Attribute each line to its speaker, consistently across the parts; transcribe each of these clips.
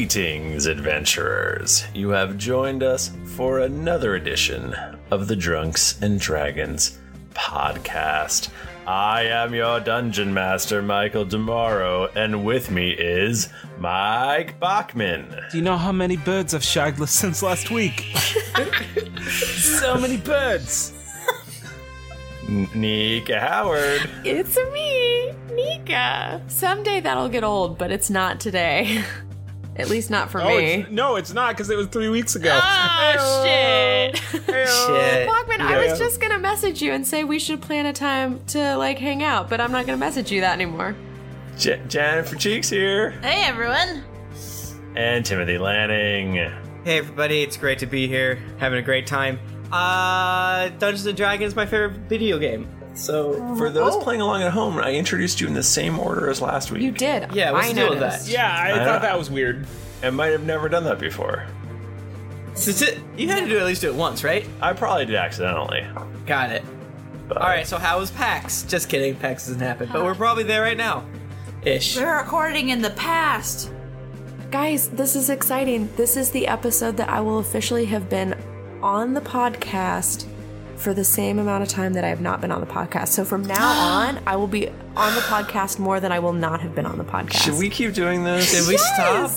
Speaker 1: Greetings, adventurers. You have joined us for another edition of the Drunks and Dragons podcast. I am your dungeon master, Michael Demaro, and with me is Mike Bachman.
Speaker 2: Do you know how many birds I've shagged since last week? so many birds.
Speaker 1: N- Nika Howard.
Speaker 3: It's me, Nika. Someday that'll get old, but it's not today. At least not for
Speaker 2: Oh,
Speaker 3: me.
Speaker 2: it's, no, it's not because it was three weeks ago.
Speaker 4: Ah,
Speaker 3: Oh, shit.
Speaker 5: Shit.
Speaker 3: Bachman, I
Speaker 2: Yeah.
Speaker 3: was just gonna message you and say we should plan a time to like hang out, but I'm not gonna message you that anymore.
Speaker 1: J- Jennifer Cheeks here.
Speaker 4: Hey everyone!
Speaker 1: And Timothy Lanning.
Speaker 5: Hey everybody, it's great to be here. Having a great time. Uh, Dungeons and Dragons is my favorite video game. So Oh.
Speaker 1: For those playing along at home, I introduced you in the same order as last week.
Speaker 3: You did.
Speaker 5: Yeah, what's
Speaker 3: I
Speaker 5: the deal with
Speaker 3: noticed.
Speaker 5: that? Uh,
Speaker 2: Yeah, I
Speaker 1: Yeah.
Speaker 2: thought that was weird.
Speaker 1: I might have never done that before.
Speaker 5: since it, you had to do at least do it once, right?
Speaker 1: I probably did accidentally.
Speaker 5: Got it.
Speaker 1: But-
Speaker 5: All right. So how was PAX? Just kidding. PAX doesn't happen, but we're probably there right now, ish.
Speaker 4: We're recording in the past!
Speaker 3: Guys, this is exciting. This is the episode that I will officially have been on the podcast for the same amount of time that I have not been on the podcast. So from now on, I will be on the podcast more than I will not have been on the podcast.
Speaker 1: Should we keep doing this?
Speaker 5: Did we stop?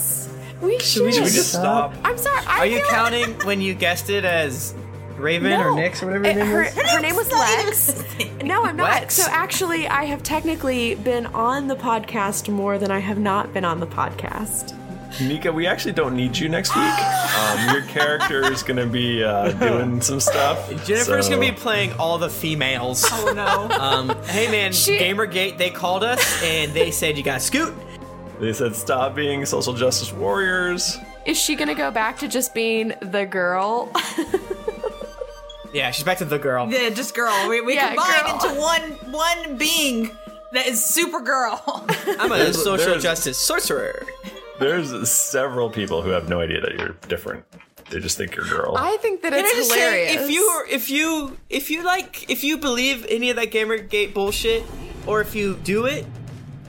Speaker 3: We should.
Speaker 5: Did we just stop?
Speaker 3: I'm sorry. I
Speaker 5: Are you
Speaker 3: feel like-
Speaker 5: counting when you guessed it as Raven
Speaker 3: No.
Speaker 5: or Nyx or whatever
Speaker 3: It-
Speaker 5: your name
Speaker 3: her,
Speaker 5: is?
Speaker 3: her name was Lex. No, I'm not.
Speaker 5: Lex?
Speaker 3: So actually, I have technically been on the podcast more than I have not been on the podcast.
Speaker 1: Nika, we actually don't need you next week. Um, your character is going to be uh, doing some stuff.
Speaker 5: Jennifer's
Speaker 1: so-
Speaker 5: gonna be playing all the females. Oh no. Um, hey man,
Speaker 3: She-
Speaker 5: Gamergate, they called us and they said you got scoot.
Speaker 1: They said stop being social justice warriors.
Speaker 3: Is she gonna go back to just being the girl?
Speaker 5: Yeah, she's back to the girl.
Speaker 4: Yeah, just girl. We, we
Speaker 3: Yeah,
Speaker 4: combine
Speaker 3: girl.
Speaker 4: into one one being that is Supergirl.
Speaker 5: I'm a social
Speaker 1: there's-
Speaker 5: justice sorcerer.
Speaker 1: There's several people who have no idea that you're different. They just think you're a girl.
Speaker 3: I think that
Speaker 5: Can I
Speaker 3: it's
Speaker 5: just say,
Speaker 3: hilarious.
Speaker 5: if you if you if you like if you believe any of that Gamergate bullshit, or if you do it,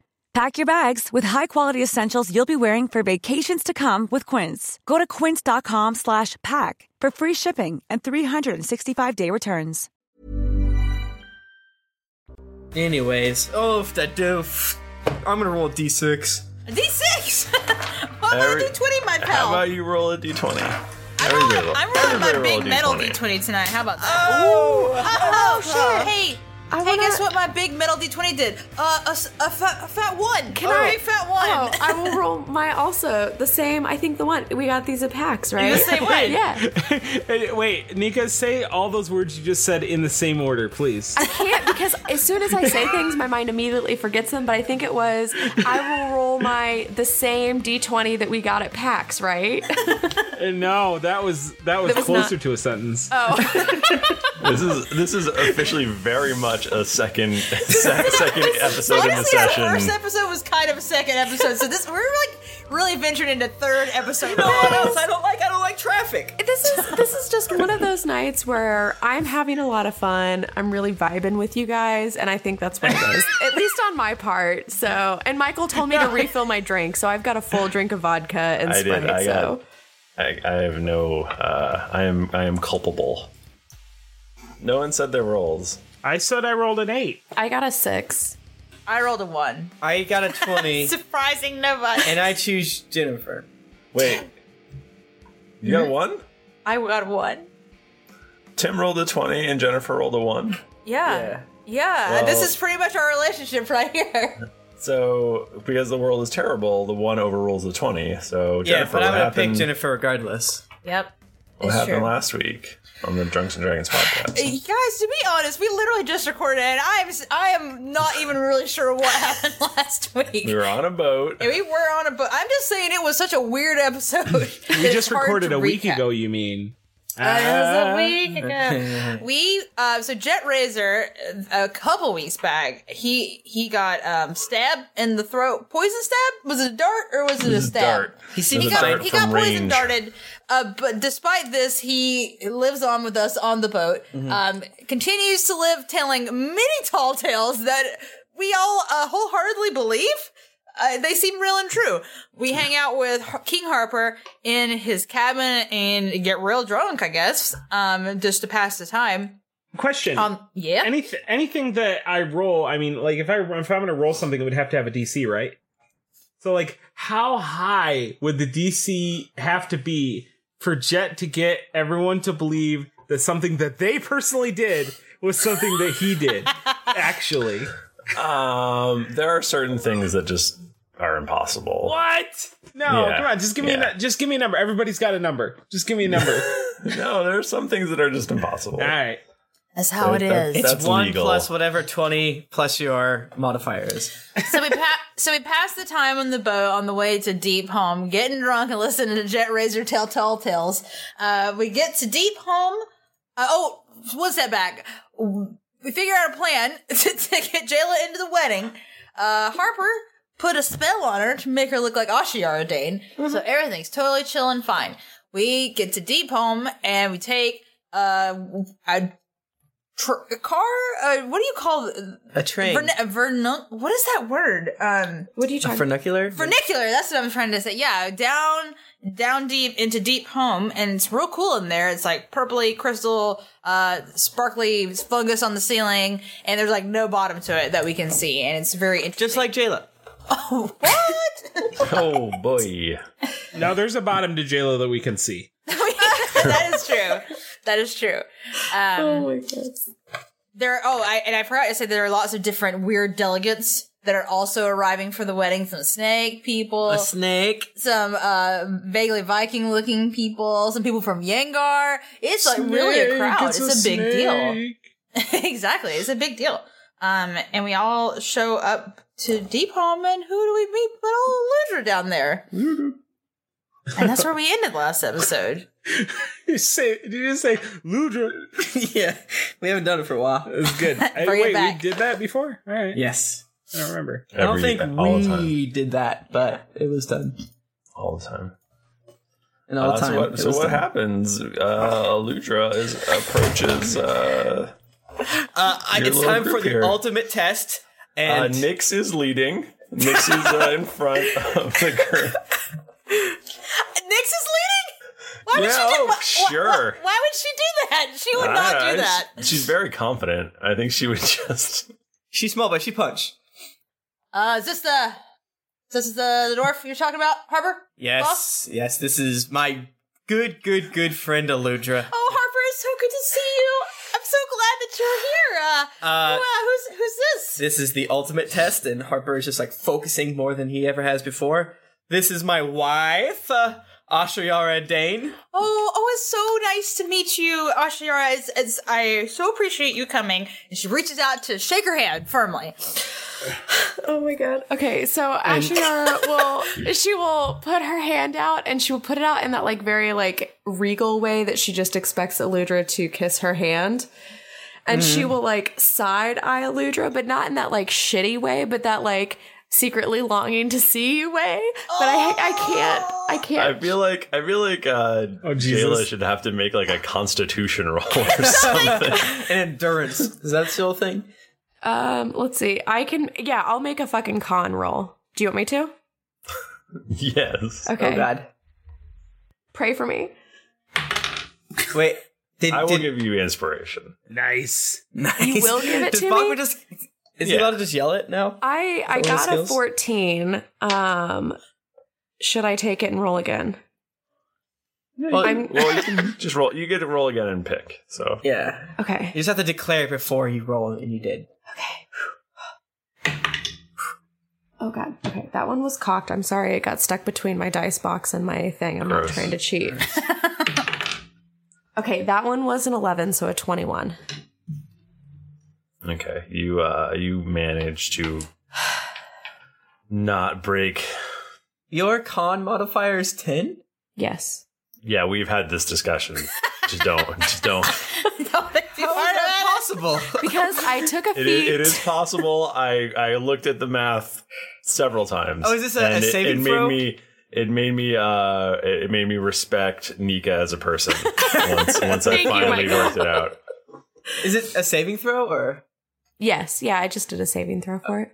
Speaker 6: Pack your bags with high-quality essentials you'll be wearing for vacations to come with Quince. Go to quince.com slash pack for free shipping and 365-day returns.
Speaker 5: Anyways, oh, if that doof. I'm gonna roll a d6.
Speaker 4: A D6! Why am I
Speaker 1: Every-
Speaker 4: a D20, my
Speaker 1: How
Speaker 4: pal?
Speaker 1: about you roll a d20? Everybody roll-
Speaker 4: I'm rolling my
Speaker 1: everybody roll
Speaker 4: big
Speaker 1: a
Speaker 4: metal
Speaker 1: D20.
Speaker 4: D20 tonight. How about that? Oh, oh, shit! Hey,
Speaker 3: I
Speaker 4: hey,
Speaker 3: wanna-
Speaker 4: guess what my big metal D20 did? Uh, a, s- a fat, a fat one. Can
Speaker 3: I-
Speaker 4: fat one?
Speaker 3: Oh, I will roll my also the same. I think the one we got these at PAX, right?
Speaker 4: the same way.
Speaker 3: yeah.
Speaker 2: Hey, Wait, Nika, say all those words you just said in the same order, please.
Speaker 3: I can't because as soon as I say things, my mind immediately forgets them. But I think it was I will roll my the same d20 that we got at PAX, right?
Speaker 2: Uh, no, that was that was,
Speaker 3: That was
Speaker 2: closer
Speaker 3: not-
Speaker 2: to a sentence.
Speaker 4: Oh.
Speaker 1: This is this is officially very much a second se- second episode in the
Speaker 4: Honestly, our first
Speaker 1: session.
Speaker 4: episode was kind of a second episode, so this we're like really venturing into third episode. You know what else I don't like? I don't like traffic.
Speaker 3: this is this is just one of those nights where I'm having a lot of fun. I'm really vibing with you guys, and I think that's what it is. At least on my part. So, and Michael told me to refill my drink, so I've got a full drink of vodka and
Speaker 1: I
Speaker 3: Sprite.
Speaker 1: did. I
Speaker 3: so.
Speaker 1: got. I, I have no. Uh, I am. I am culpable. No one said their rolls.
Speaker 2: I said I rolled an eight.
Speaker 3: I got a six.
Speaker 4: I rolled a one.
Speaker 5: I got a 20,
Speaker 4: Surprising nobody.
Speaker 5: and I choose Jennifer. Hmm?
Speaker 1: Wait. You got a one.
Speaker 4: I got one.
Speaker 1: Tim rolled a twenty, and Jennifer rolled a one.
Speaker 4: Yeah. Yeah.
Speaker 1: Well-
Speaker 4: this is pretty much our relationship right here.
Speaker 1: So, because the world is terrible, the one overrules the twenty. So
Speaker 5: Yeah,
Speaker 1: Oh, Jennifer,
Speaker 5: but I'm
Speaker 1: what
Speaker 5: gonna
Speaker 1: happened?
Speaker 5: pick Jennifer regardless.
Speaker 4: Yep.
Speaker 1: what happened last week on the Drunks and Dragons podcast?
Speaker 4: You Uh, guys, to be honest, we literally just recorded it, and I'm s- I am not even really sure what happened last week.
Speaker 1: we were on a boat.
Speaker 4: And we were on a boat. I'm just saying it was such a weird episode.
Speaker 2: We just recorded a week ago. You mean? Uh-huh. Ah.
Speaker 4: Uh, it was a week ago. we uh, so Jet Razor uh, a couple weeks back. He he got um, stabbed in the throat. Poison stab? Was it a dart or was it a stab?
Speaker 1: dart.
Speaker 4: He,
Speaker 1: It was a
Speaker 4: got
Speaker 1: dart
Speaker 4: he
Speaker 1: from
Speaker 4: got poison
Speaker 1: range.
Speaker 4: darted. Uh, but despite this, he lives on with us on the boat. Um, continues to live telling many tall tales that we all uh, wholeheartedly believe. Uh, they seem real and true. We hang out with Har- King Harper in his cabin and get real drunk, I guess, um, just to pass the time.
Speaker 2: Question.
Speaker 4: Um, yeah.
Speaker 2: anything anything that I roll, I mean, like if I if I'm gonna roll something, it would have to have a DC, right? So like, how high would the DC have to be for Jet to get everyone to believe that something that they personally did was something that he did actually?
Speaker 1: Um, there are certain things that just are impossible.
Speaker 2: What? No,
Speaker 1: Yeah.
Speaker 2: come on, just give me
Speaker 1: Yeah.
Speaker 2: a nu- just give me a number. Everybody's got a number. Just give me a number.
Speaker 1: No, there are some things that are just impossible.
Speaker 2: All right.
Speaker 4: That's how it
Speaker 1: That-
Speaker 4: is.
Speaker 1: that's
Speaker 5: it's one
Speaker 1: legal.
Speaker 5: plus whatever 20 plus your modifiers.
Speaker 4: so we pa- so we passed the time on the boat on the way to Deep Home, getting drunk and listening to Jet Razor tell tall tales. Uh, we get to Deep Home. Uh, oh, one step back. We figure out a plan to, to get Jayla into the wedding. Uh, Harper put a spell on her to make her look like Ashiara Dane,
Speaker 3: Mm-hmm.
Speaker 4: so everything's totally chill and fine. We get to Deep Home and we take uh, a, tr- a car. Uh, what do you call the-
Speaker 5: A train.
Speaker 4: Vern- uh, vernu- what is that word? Um,
Speaker 3: What are you
Speaker 5: a
Speaker 3: talking?
Speaker 5: vernacular?
Speaker 4: vernacular. That's what I'm trying to say. Yeah, down, down deep into deep home, and it's real cool in there. It's like purpley crystal, uh, sparkly fungus on the ceiling, and there's like no bottom to it that we can see, and it's very interesting.
Speaker 5: Just like Jayla.
Speaker 4: what?
Speaker 1: Oh boy.
Speaker 2: Now there's a bottom to JLo that we can see.
Speaker 4: that is true. That is true. Um, There. Oh, I, and I forgot to say there are lots of different weird delegates that are also arriving for the wedding. Some snake people.
Speaker 5: A snake.
Speaker 4: Some uh, vaguely Viking-looking people, some people from Yangar. It's like really a crowd. It's, a, big deal. exactly, it's a big deal. Um, and we all show up to Deep Home, and who do we meet but old Ludra down there? and that's where we ended last episode.
Speaker 2: You say, did you just say Ludra?
Speaker 5: yeah, we haven't done it for a while.
Speaker 2: It's good. I,
Speaker 4: Bring it
Speaker 2: wait,
Speaker 4: back.
Speaker 2: we did that before? All right.
Speaker 5: Yes.
Speaker 2: I don't remember.
Speaker 5: I don't
Speaker 1: Every-
Speaker 5: think
Speaker 1: all the time.
Speaker 5: we did that, but it was done.
Speaker 1: All the time.
Speaker 5: And all
Speaker 1: Uh,
Speaker 5: the time.
Speaker 1: So what,
Speaker 5: it
Speaker 1: so
Speaker 5: was
Speaker 1: what
Speaker 5: done.
Speaker 1: happens? Uh, Aludra is approaches. Uh,
Speaker 5: Uh, I-
Speaker 1: Your
Speaker 5: it's
Speaker 1: little
Speaker 5: time
Speaker 1: group
Speaker 5: for the
Speaker 1: here.
Speaker 5: ultimate test.
Speaker 1: uh,
Speaker 5: And
Speaker 1: Nyx is leading. Nyx is uh, in front of the group.
Speaker 4: Nyx is leading. Why would
Speaker 1: Yeah,
Speaker 4: she do
Speaker 1: oh,
Speaker 4: why- why-
Speaker 1: sure.
Speaker 4: Why, would she do that? She would not
Speaker 1: I-
Speaker 4: do that.
Speaker 1: She's very confident. I think she would just.
Speaker 5: she small, but she punch.
Speaker 4: Uh, is this the this is the, the dwarf you're talking about, Harper?
Speaker 5: Yes,
Speaker 4: Boss?
Speaker 5: yes, this is my good, good, good friend Aludra.
Speaker 4: Oh, Harper, it's so good to see you. I'm so glad that you're here. Uh,
Speaker 5: Uh,
Speaker 4: who, uh, who's who's this?
Speaker 5: This is the ultimate test, and Harper is just like focusing more than he ever has before. This is my wife, uh, Ashayara Dane.
Speaker 4: Oh, oh, it's so nice to meet you, Ashira. It's, it's, I so appreciate you coming. And she reaches out to shake her hand firmly.
Speaker 3: Oh my god. Okay, so Ashiara will she will put her hand out and she will put it out in that like very like regal way that she just expects Eludra to kiss her hand. And she will like side eye Eludra, but not in that like shitty way, but that like secretly longing to see you way. But I I can't I
Speaker 1: I
Speaker 3: can't
Speaker 1: feel like I feel like uh,
Speaker 2: Oh, Jesus.
Speaker 1: Jayla should have to make like a Constitution roll or something.
Speaker 5: And endurance. is that still a thing?
Speaker 3: um let's see. I can yeah, I'll make a fucking con roll. Do you want me to?
Speaker 1: yes.
Speaker 3: Okay.
Speaker 5: Oh, God.
Speaker 3: Pray for me.
Speaker 5: Wait. Did,
Speaker 1: I will
Speaker 5: did,
Speaker 1: give you inspiration.
Speaker 2: Nice.
Speaker 5: nice.
Speaker 3: You will give it
Speaker 5: Does
Speaker 3: to
Speaker 5: Bachman
Speaker 3: me?
Speaker 5: just. Is he
Speaker 1: Yeah.
Speaker 5: allowed to just yell it now?
Speaker 3: I I
Speaker 5: Is that one of
Speaker 3: got
Speaker 5: the
Speaker 3: a
Speaker 5: skills?
Speaker 3: 14. Um should I take it and roll again?
Speaker 5: Well,
Speaker 3: I'm-
Speaker 1: Well, you can just roll. You get to roll again and pick. So
Speaker 5: yeah. You
Speaker 3: Okay.
Speaker 5: just have to declare it before you roll, and you did.
Speaker 3: Oh god. Okay. That one was cocked. I'm sorry. It got stuck between my dice box and my thing. I'm
Speaker 1: Gross.
Speaker 3: not trying to cheat. okay, that one was an 11, so a 21.
Speaker 1: okay, you uh, you manage to not break.
Speaker 5: Your con modifier is 10?
Speaker 3: Yes.
Speaker 1: Yeah, we've had this discussion. Just don't. Just don't.
Speaker 4: Don't think too
Speaker 5: How
Speaker 4: hard
Speaker 5: is that
Speaker 4: about it.
Speaker 5: possible?
Speaker 3: Because I took a
Speaker 1: It
Speaker 3: feat.
Speaker 1: is, it is possible. I I looked at the math several times.
Speaker 5: Oh, is this a-
Speaker 1: and
Speaker 5: a saving
Speaker 1: it, it
Speaker 5: throw?
Speaker 1: Made me, it made me. Uh, it made me respect Nika as a person once once I
Speaker 3: Thank you,
Speaker 1: finally
Speaker 3: Michael.
Speaker 1: worked it out.
Speaker 5: is it a saving throw, or.
Speaker 3: Yes. Yeah, I just did a saving throw for it.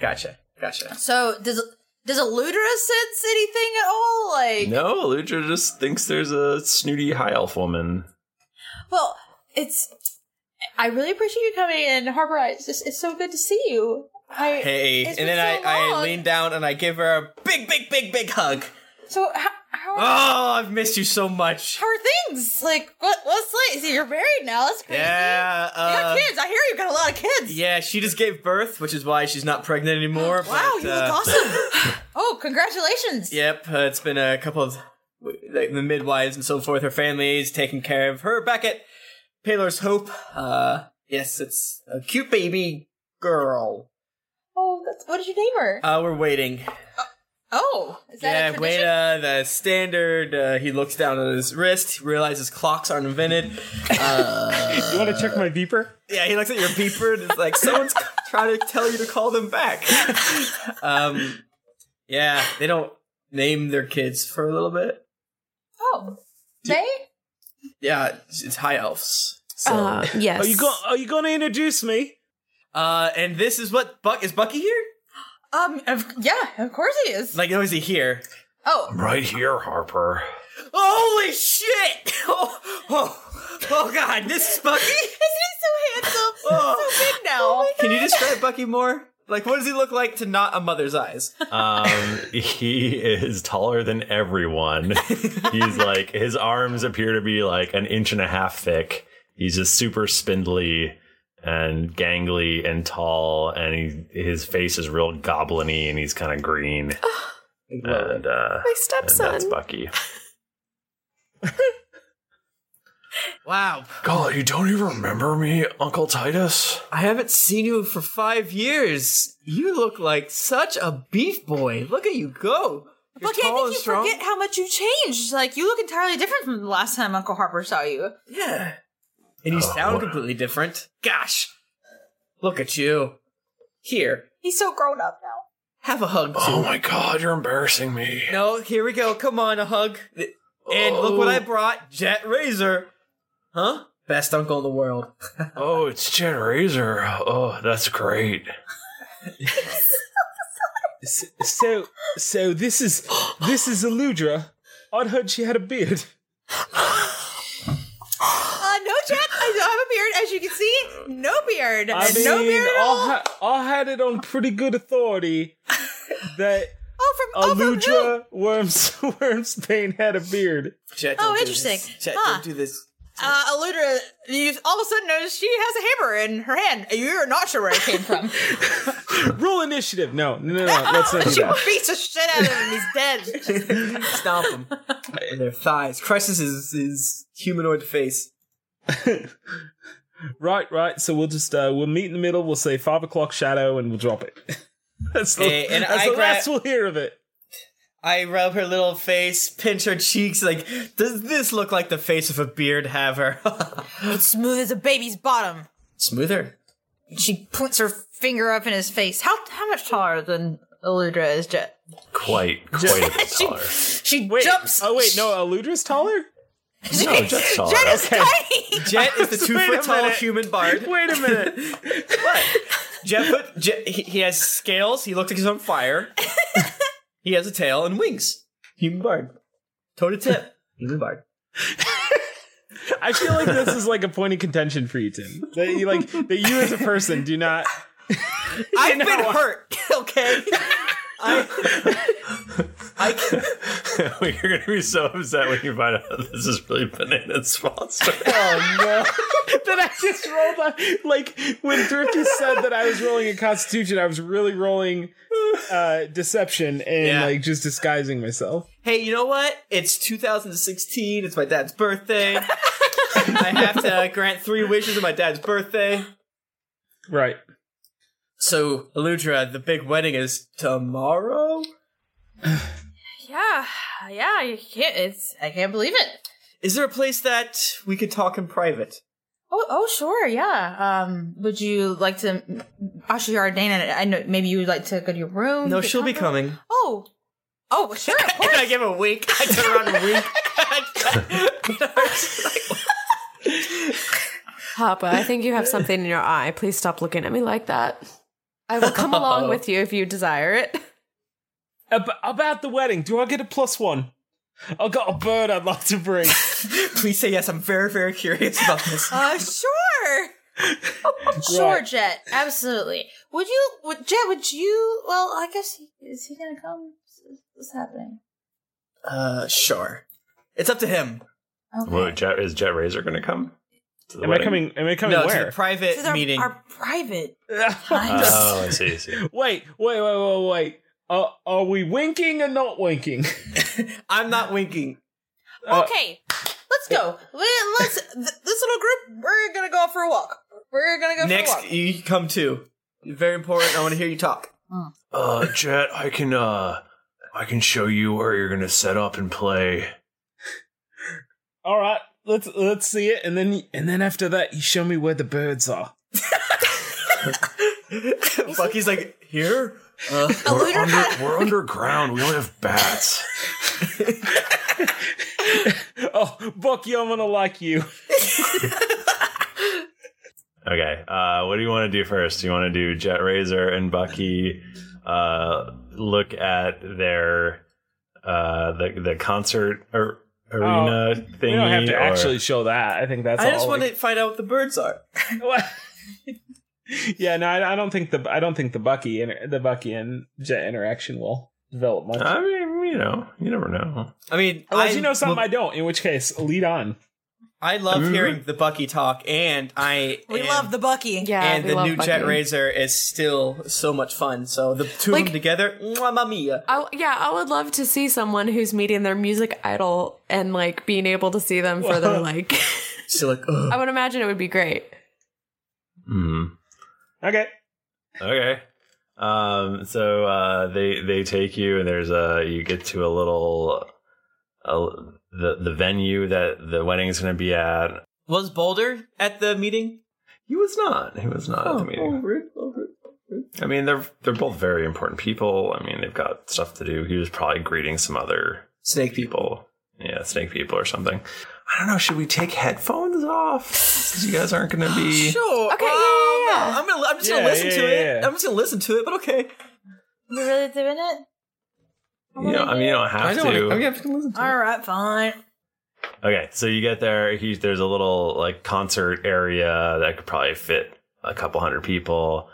Speaker 5: Gotcha. Gotcha.
Speaker 4: So does does Eludra sense anything at all? Like,
Speaker 1: No, Ludra just thinks there's a snooty high elf woman.
Speaker 4: well, it's. I really appreciate you coming in, Harper. I- It's just, it's so good to see you. I,
Speaker 5: Hey,
Speaker 4: it's
Speaker 5: and
Speaker 4: been
Speaker 5: then
Speaker 4: so
Speaker 5: I, I
Speaker 4: long.
Speaker 5: lean down and I give her a big, big, big, big hug.
Speaker 4: So how, how, are,
Speaker 5: Oh, I've missed you so much.
Speaker 4: how are things? Like, what what's like? See, you're married now. That's crazy.
Speaker 5: Yeah,
Speaker 4: You got
Speaker 5: uh,
Speaker 4: kids. I hear you've got a lot of kids.
Speaker 5: yeah. She just gave birth, which is why she's not pregnant anymore.
Speaker 4: Wow,
Speaker 5: but,
Speaker 4: you
Speaker 5: uh,
Speaker 4: look awesome. oh, congratulations.
Speaker 5: Yep, uh, it's been a couple of the, the midwives and so forth. Her family's taking care of her back at Paler's Hope. Uh, yes, it's a cute baby girl.
Speaker 4: Oh, that's, what did you name her?
Speaker 5: Uh, we're waiting.
Speaker 4: oh, is that a
Speaker 5: yeah,
Speaker 4: tradition?
Speaker 5: wait. Uh, the standard. Uh, he looks down at his wrist, realizes clocks aren't invented. Uh,
Speaker 2: You want to check my beeper?
Speaker 5: Yeah, he looks at your beeper and it's like, someone's c- trying to tell you to call them back. um, yeah, they don't name their kids for a little bit.
Speaker 4: oh, they?
Speaker 5: Yeah, it's, it's high elves. So,
Speaker 3: Uh, yes.
Speaker 2: Are you go- Are you going to introduce me?
Speaker 5: uh, and this is what Buck is Bucky here? uh,
Speaker 4: Um, of, yeah, of course he is.
Speaker 5: Like, no, is he here?
Speaker 4: oh,
Speaker 1: Right here, Harper.
Speaker 5: Holy shit! Oh, oh, oh God, this is Bucky.
Speaker 4: isn't he so handsome?
Speaker 5: Oh.
Speaker 4: so big now.
Speaker 5: Can you describe Bucky more? Like, what does he look like to not a mother's eyes?
Speaker 1: Um, he is taller than everyone. He's like his arms appear to be like an inch and a half thick. He's just super spindly and gangly and tall, and he his face is real goblin-y and he's kind of green. and uh,
Speaker 3: My
Speaker 1: and that's
Speaker 3: stepson.
Speaker 1: Bucky.
Speaker 5: Wow.
Speaker 1: God, you don't even remember me, Uncle Titus.
Speaker 5: I haven't seen you for five years. You look like such a beef boy. Look at you go. You're
Speaker 4: Bucky, I
Speaker 5: tall
Speaker 4: think
Speaker 5: and
Speaker 4: you
Speaker 5: strong.
Speaker 4: forget how much you changed. Like you look entirely different from the last time Uncle Harper saw you.
Speaker 5: yeah. And you
Speaker 2: Oh,
Speaker 5: sound completely different. Gosh. Look at you. Here,
Speaker 4: He's so grown up now.
Speaker 5: have a hug too.
Speaker 1: Oh my God, you're embarrassing me.
Speaker 5: No, here we go. Come on, a hug. And look
Speaker 2: Oh.
Speaker 5: what I brought Jet Razor. Huh? Best uncle in the world.
Speaker 1: Oh, it's Jen Razor. Oh, that's great.
Speaker 2: S- So, so this is this is Eludra. I'd heard she had a beard.
Speaker 4: Uh, no, Jack, I don't have a beard. As you can see, no beard.
Speaker 2: I mean,
Speaker 4: no beard at all.
Speaker 2: I, ha- I had it on pretty good authority that
Speaker 4: oh, from oh, from who?
Speaker 2: Aludra Worms Wormsbane had a beard.
Speaker 5: Jet,
Speaker 4: Oh,
Speaker 5: don't do
Speaker 4: interesting.
Speaker 5: this. Jet,
Speaker 4: Huh.
Speaker 5: don't do this.
Speaker 4: Uh, Aludra, you all of a sudden notice she has a hammer in her hand. You're not sure where it came from.
Speaker 2: Roll initiative. No, no, no, no. Let's not do
Speaker 4: she
Speaker 2: that.
Speaker 4: beats the shit out of him. He's dead.
Speaker 5: Stomp him in their thighs. Crisis his, his humanoid face.
Speaker 2: Right, right. So we'll just uh, we'll meet in the middle. We'll say five o'clock shadow, and we'll drop it. that's the,
Speaker 5: Eh, and
Speaker 2: that's
Speaker 5: I
Speaker 2: the
Speaker 5: gra-
Speaker 2: last we'll hear of it.
Speaker 5: I rub her little face, pinch her cheeks. Like, does this look like the face of a beard have her?
Speaker 4: it's smooth as a baby's bottom.
Speaker 5: Smoother.
Speaker 4: She points her finger up in his face. How how much taller than Aludra is Jet?
Speaker 1: Quite, quite a bit taller.
Speaker 4: She jumps.
Speaker 2: Oh wait, no. Eludra's taller.
Speaker 1: No, just taller.
Speaker 4: Jet is
Speaker 2: Okay.
Speaker 4: tiny.
Speaker 5: Jet is the two
Speaker 2: Wait a
Speaker 5: foot tall
Speaker 2: minute.
Speaker 5: human bard.
Speaker 2: Wait a minute.
Speaker 5: Jet, put, Jet he, he has scales. He looks like he's on fire. he has a tail and wings. Human bard. Toe to tip. Human bard.
Speaker 2: I feel like this is like a point of contention for you, Tim. That you like that you as a person do not.
Speaker 5: I've been hurt. Okay. I, I can,
Speaker 1: You're gonna be so upset when you find out this is really Banana's sponsor.
Speaker 2: Oh, That I just rolled a, like when Thrifty said that I was rolling a Constitution, I was really rolling uh, deception and
Speaker 5: Yeah.
Speaker 2: like just disguising myself.
Speaker 5: hey, you know what? It's 2016. It's my dad's birthday. I have to grant three wishes on my dad's birthday.
Speaker 2: Right.
Speaker 5: So, Eludra, the big wedding is tomorrow.
Speaker 4: Yeah, yeah. You can't. It's I can't believe it.
Speaker 5: Is there a place that we could talk in private?
Speaker 4: Oh, oh, sure, yeah. Um, would you like to? Actually, our Dana, I know maybe you would like to go to your room.
Speaker 5: No,
Speaker 4: get
Speaker 5: she'll be
Speaker 4: comfortable.
Speaker 5: coming.
Speaker 4: Oh, oh, sure. Of
Speaker 5: And
Speaker 4: course.
Speaker 5: I give a wink. I turn around and wink.
Speaker 3: Papa, I think you have something in your eye. Please stop looking at me like that. I will come along with you if you desire it.
Speaker 2: Ab- about the wedding, do I get a plus one? I got a bird I'd like to bring.
Speaker 5: Please say yes. I'm very, very curious about this.
Speaker 4: Uh, sure. Sure,
Speaker 2: Right.
Speaker 4: Jet. Absolutely. Would you, would, Jet? Would you? Well, I guess he, is he gonna come? What's happening?
Speaker 5: Uh, sure. It's up to him.
Speaker 4: Okay.
Speaker 1: Wait, Jet, is Jet Razor gonna come? to the
Speaker 2: Am I
Speaker 1: wedding?
Speaker 2: coming? Am I coming
Speaker 5: no,
Speaker 2: where?
Speaker 5: it's a private
Speaker 4: This is our,
Speaker 5: meeting.
Speaker 4: our private
Speaker 5: Uh,
Speaker 4: time.
Speaker 1: Oh, I see. I see.
Speaker 2: wait, wait, wait, wait, wait. Uh, are we winking or not winking? Uh,
Speaker 5: I'm not winking.
Speaker 4: okay, let's go. Let- Let's th- this little group. We're gonna go for a walk. We're gonna go for a walk.
Speaker 5: Next, you come too. Very important. I want to hear you talk.
Speaker 1: Uh, Jet, I can uh, I can show you where you're gonna set up and play.
Speaker 2: All right, let's let's see it, and then and then after that, you show me where the birds are.
Speaker 5: Bucky's like, here? Uh,
Speaker 1: We're, under, we're underground. We only have bats.
Speaker 2: Oh, Bucky, I'm gonna like you.
Speaker 1: Okay. Uh, what do you want to do first? Do you want to do Jet Razor and Bucky? Uh, look at their uh the the concert ar- arena thingy.
Speaker 2: Oh, We don't have to
Speaker 1: or-
Speaker 2: actually show that. I think that's.
Speaker 5: I
Speaker 2: all.
Speaker 5: just want to find out what the birds are.
Speaker 2: What? yeah, no, I, I don't think the I don't think the Bucky inter, the Bucky and Jet interaction will develop much.
Speaker 1: I mean, you know, you never know.
Speaker 5: I mean,
Speaker 2: Unless
Speaker 5: I
Speaker 2: you know something I don't, in which case, lead on.
Speaker 5: I love hearing the Bucky talk, and I
Speaker 4: We
Speaker 5: am-
Speaker 4: love the Bucky.
Speaker 3: Yeah,
Speaker 5: and
Speaker 3: we
Speaker 5: the
Speaker 3: love
Speaker 5: new
Speaker 3: Bucky.
Speaker 5: Jet Razor is still so much fun. So the two of
Speaker 3: Like-
Speaker 5: them together, mamma mia!
Speaker 3: I, yeah, I would love to see someone who's meeting their music idol and like being able to see them for their like.
Speaker 5: Still like, ugh.
Speaker 3: I would imagine it would be great.
Speaker 1: Hmm.
Speaker 2: Okay.
Speaker 1: Okay. Um, so uh, they they take you and there's a you get to a little uh, the the venue that the wedding's going to be at.
Speaker 5: was Boulder at the meeting?
Speaker 1: He was not. He was not at the meeting.
Speaker 5: rude, oh, rude.
Speaker 1: I mean, they're they're both very important people. I mean, they've got stuff to do. He was probably greeting some other
Speaker 5: Snake people.
Speaker 1: people. Yeah, snake people or something. I don't know. Should we take headphones off? Since you guys aren't going to be.
Speaker 5: Sure.
Speaker 3: Okay,
Speaker 5: um,
Speaker 3: yeah, yeah, yeah.
Speaker 5: I'm gonna. I'm just
Speaker 2: Yeah,
Speaker 5: gonna listen
Speaker 2: yeah,
Speaker 5: to
Speaker 2: yeah,
Speaker 5: it.
Speaker 2: yeah.
Speaker 5: I'm just gonna listen to it. But okay.
Speaker 4: We really doing it?
Speaker 1: You know, I mean, you don't have
Speaker 5: I don't.
Speaker 1: to.
Speaker 5: Wanna, I'm gonna have to listen to
Speaker 4: All right, fine.
Speaker 1: Okay, so you get there. He, there's a little like concert area that could probably fit a couple hundred people,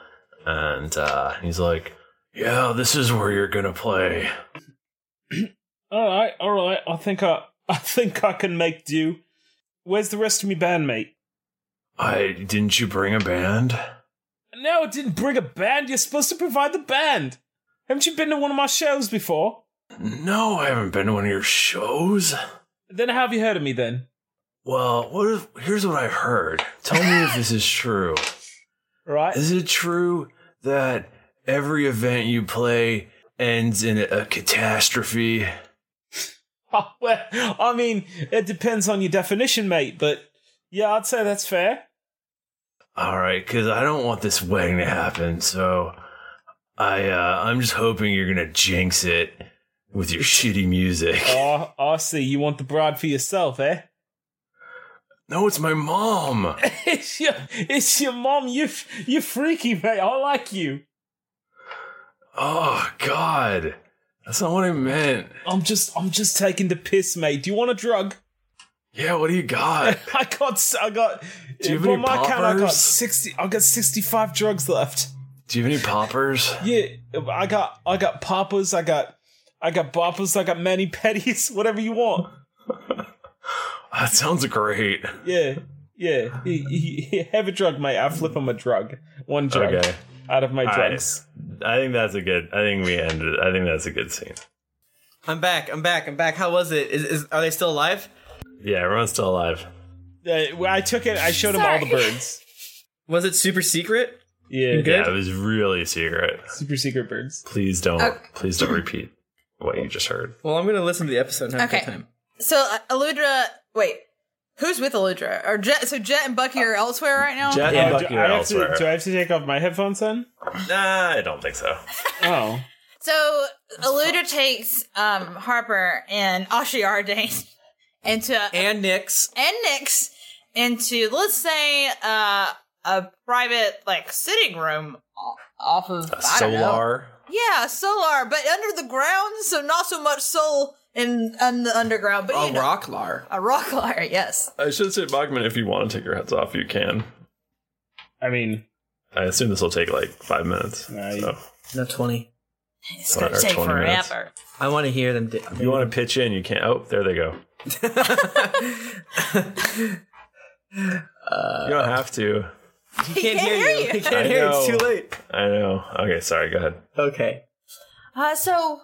Speaker 1: and uh, he's like, "Yeah, this is where you're gonna play."
Speaker 2: All right, all right. I think I I think I can make do. Where's the rest of me bandmate?
Speaker 1: I didn't you bring a band?
Speaker 2: No, I didn't bring a band. You're supposed to provide the band. Haven't you been to one of my shows before?
Speaker 1: No, I haven't been to one of your shows.
Speaker 2: Then how have you heard of me then?
Speaker 1: Well, Uh, what if, here's what I've heard. Tell me if this is true.
Speaker 2: Right?
Speaker 1: Is it true that every event you play ends in a catastrophe?
Speaker 2: Oh, well, I mean, it depends on your definition, mate, but yeah, I'd say that's fair.
Speaker 1: All right, because I don't want this wedding to happen, so I uh, I'm just hoping you're gonna jinx it with your shitty music.
Speaker 2: Oh, I see. You want the bride for yourself, eh?
Speaker 1: No, it's my mom.
Speaker 2: it's your, it's your mom. You, f- you freaky, mate. I like you.
Speaker 1: Oh God, that's not what I meant.
Speaker 2: I'm just, I'm just taking the piss, mate. Do you want a drug?
Speaker 1: Yeah, what do you got?
Speaker 2: I got, s- I got.
Speaker 1: Do you have
Speaker 2: by
Speaker 1: any
Speaker 2: my count, I got
Speaker 1: poppers?
Speaker 2: sixty. I got sixty-five drugs left.
Speaker 1: Do you have any poppers?
Speaker 2: Yeah, I got, I got poppers. I got, I got boppers. I got mani pedis. Whatever you want.
Speaker 1: That sounds great.
Speaker 2: Yeah, yeah. He- he- he- Have a drug, mate. I flip him a drug. One drug
Speaker 1: Okay.
Speaker 2: out of my
Speaker 1: All right.
Speaker 2: drugs.
Speaker 1: I think that's a good. I think we ended. I think that's a good scene.
Speaker 5: I'm back. I'm back. I'm back. How was it? Is, is are they still alive?
Speaker 1: Yeah, everyone's still alive.
Speaker 2: Uh, well, I took it. I showed him all the birds.
Speaker 5: Was it super secret?
Speaker 2: Yeah,
Speaker 1: Yeah, it was really secret.
Speaker 2: super secret birds.
Speaker 1: Please don't.
Speaker 4: Okay.
Speaker 1: Please don't repeat what you just heard.
Speaker 5: Well, I'm gonna listen to the episode. And have a
Speaker 4: Okay.
Speaker 5: good time.
Speaker 4: So uh, Aludra, wait, who's with Aludra? Or Jet? So Jet and Bucky are elsewhere right now.
Speaker 1: Jet
Speaker 2: Uh,
Speaker 1: and
Speaker 2: do,
Speaker 1: Bucky
Speaker 2: I
Speaker 1: are
Speaker 2: have to,
Speaker 1: elsewhere.
Speaker 2: do I have to take off my headphones then?
Speaker 1: Nah, I don't think so.
Speaker 2: Oh,
Speaker 4: So Aludra takes um, Harper and Ashi Ardane into and,
Speaker 5: And Nick's.
Speaker 4: Nyx into let's say uh, a private like sitting room o- off of I don't know.
Speaker 1: Solar.
Speaker 4: Yeah, solar, but under the ground, so not so much soul in, in the underground, but
Speaker 5: Oh,
Speaker 4: you know,
Speaker 5: Rocklar.
Speaker 4: a rock liar, yes.
Speaker 1: I should say, Bachman, if you want to take your heads off, you can.
Speaker 2: I mean,
Speaker 1: I assume this will take like five minutes.
Speaker 2: Nah, you-
Speaker 1: so.
Speaker 5: No twenty.
Speaker 4: It's gonna
Speaker 1: Or
Speaker 4: take
Speaker 1: 20
Speaker 4: forever.
Speaker 1: minutes.
Speaker 5: I want to hear them. Di-
Speaker 1: If you want to pitch in, you can. Oh, there they go. you don't have to.
Speaker 5: He can't,
Speaker 4: can't
Speaker 5: hear,
Speaker 4: hear
Speaker 5: you.
Speaker 4: you.
Speaker 5: He
Speaker 1: I
Speaker 5: can't hear. you. It's
Speaker 1: know.
Speaker 5: too late.
Speaker 1: I know. Okay, sorry. Go ahead.
Speaker 5: Okay.
Speaker 4: Uh, so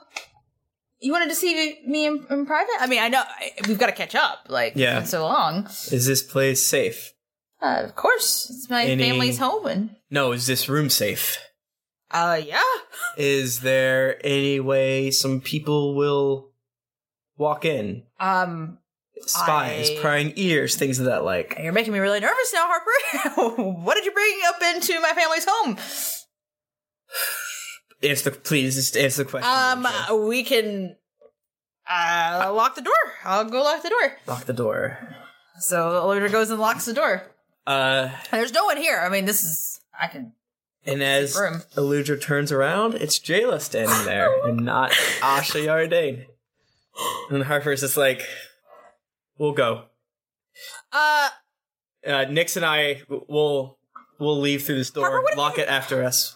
Speaker 4: you wanted to see me in, in private? I mean, I know I, we've got to catch up. Like, it's
Speaker 5: Yeah.
Speaker 4: been so long.
Speaker 5: Is this place safe?
Speaker 4: Uh, of course, it's my
Speaker 5: Any-
Speaker 4: family's home, and
Speaker 5: No. Is this room safe?
Speaker 4: uh, yeah.
Speaker 5: Is there any way some people will walk in?
Speaker 4: Um,
Speaker 5: Spies,
Speaker 4: I-
Speaker 5: prying ears, things of that like.
Speaker 4: you're making me really nervous now, Harper. what did you bring up into my family's home?
Speaker 5: Answer the please just answer the question.
Speaker 4: Um,
Speaker 5: Rachel.
Speaker 4: we can uh lock the door. I'll go lock the door.
Speaker 5: Lock the door.
Speaker 4: So Aludra goes and locks the door.
Speaker 5: Uh,
Speaker 4: There's no one here. I mean, this is I can.
Speaker 5: and as
Speaker 4: room.
Speaker 5: Eludra turns around, it's Jayla standing there, and not Asha Yardane. And Harper's just like, "We'll go."
Speaker 4: Uh,
Speaker 5: Uh, Nix and I w- will We'll leave through this door. lock it after us.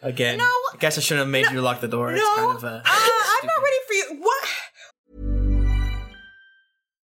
Speaker 5: Again. No. I guess I shouldn't have made you lock the door. It's kind of uh,
Speaker 4: I'm not ready for you. What?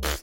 Speaker 7: Pfft,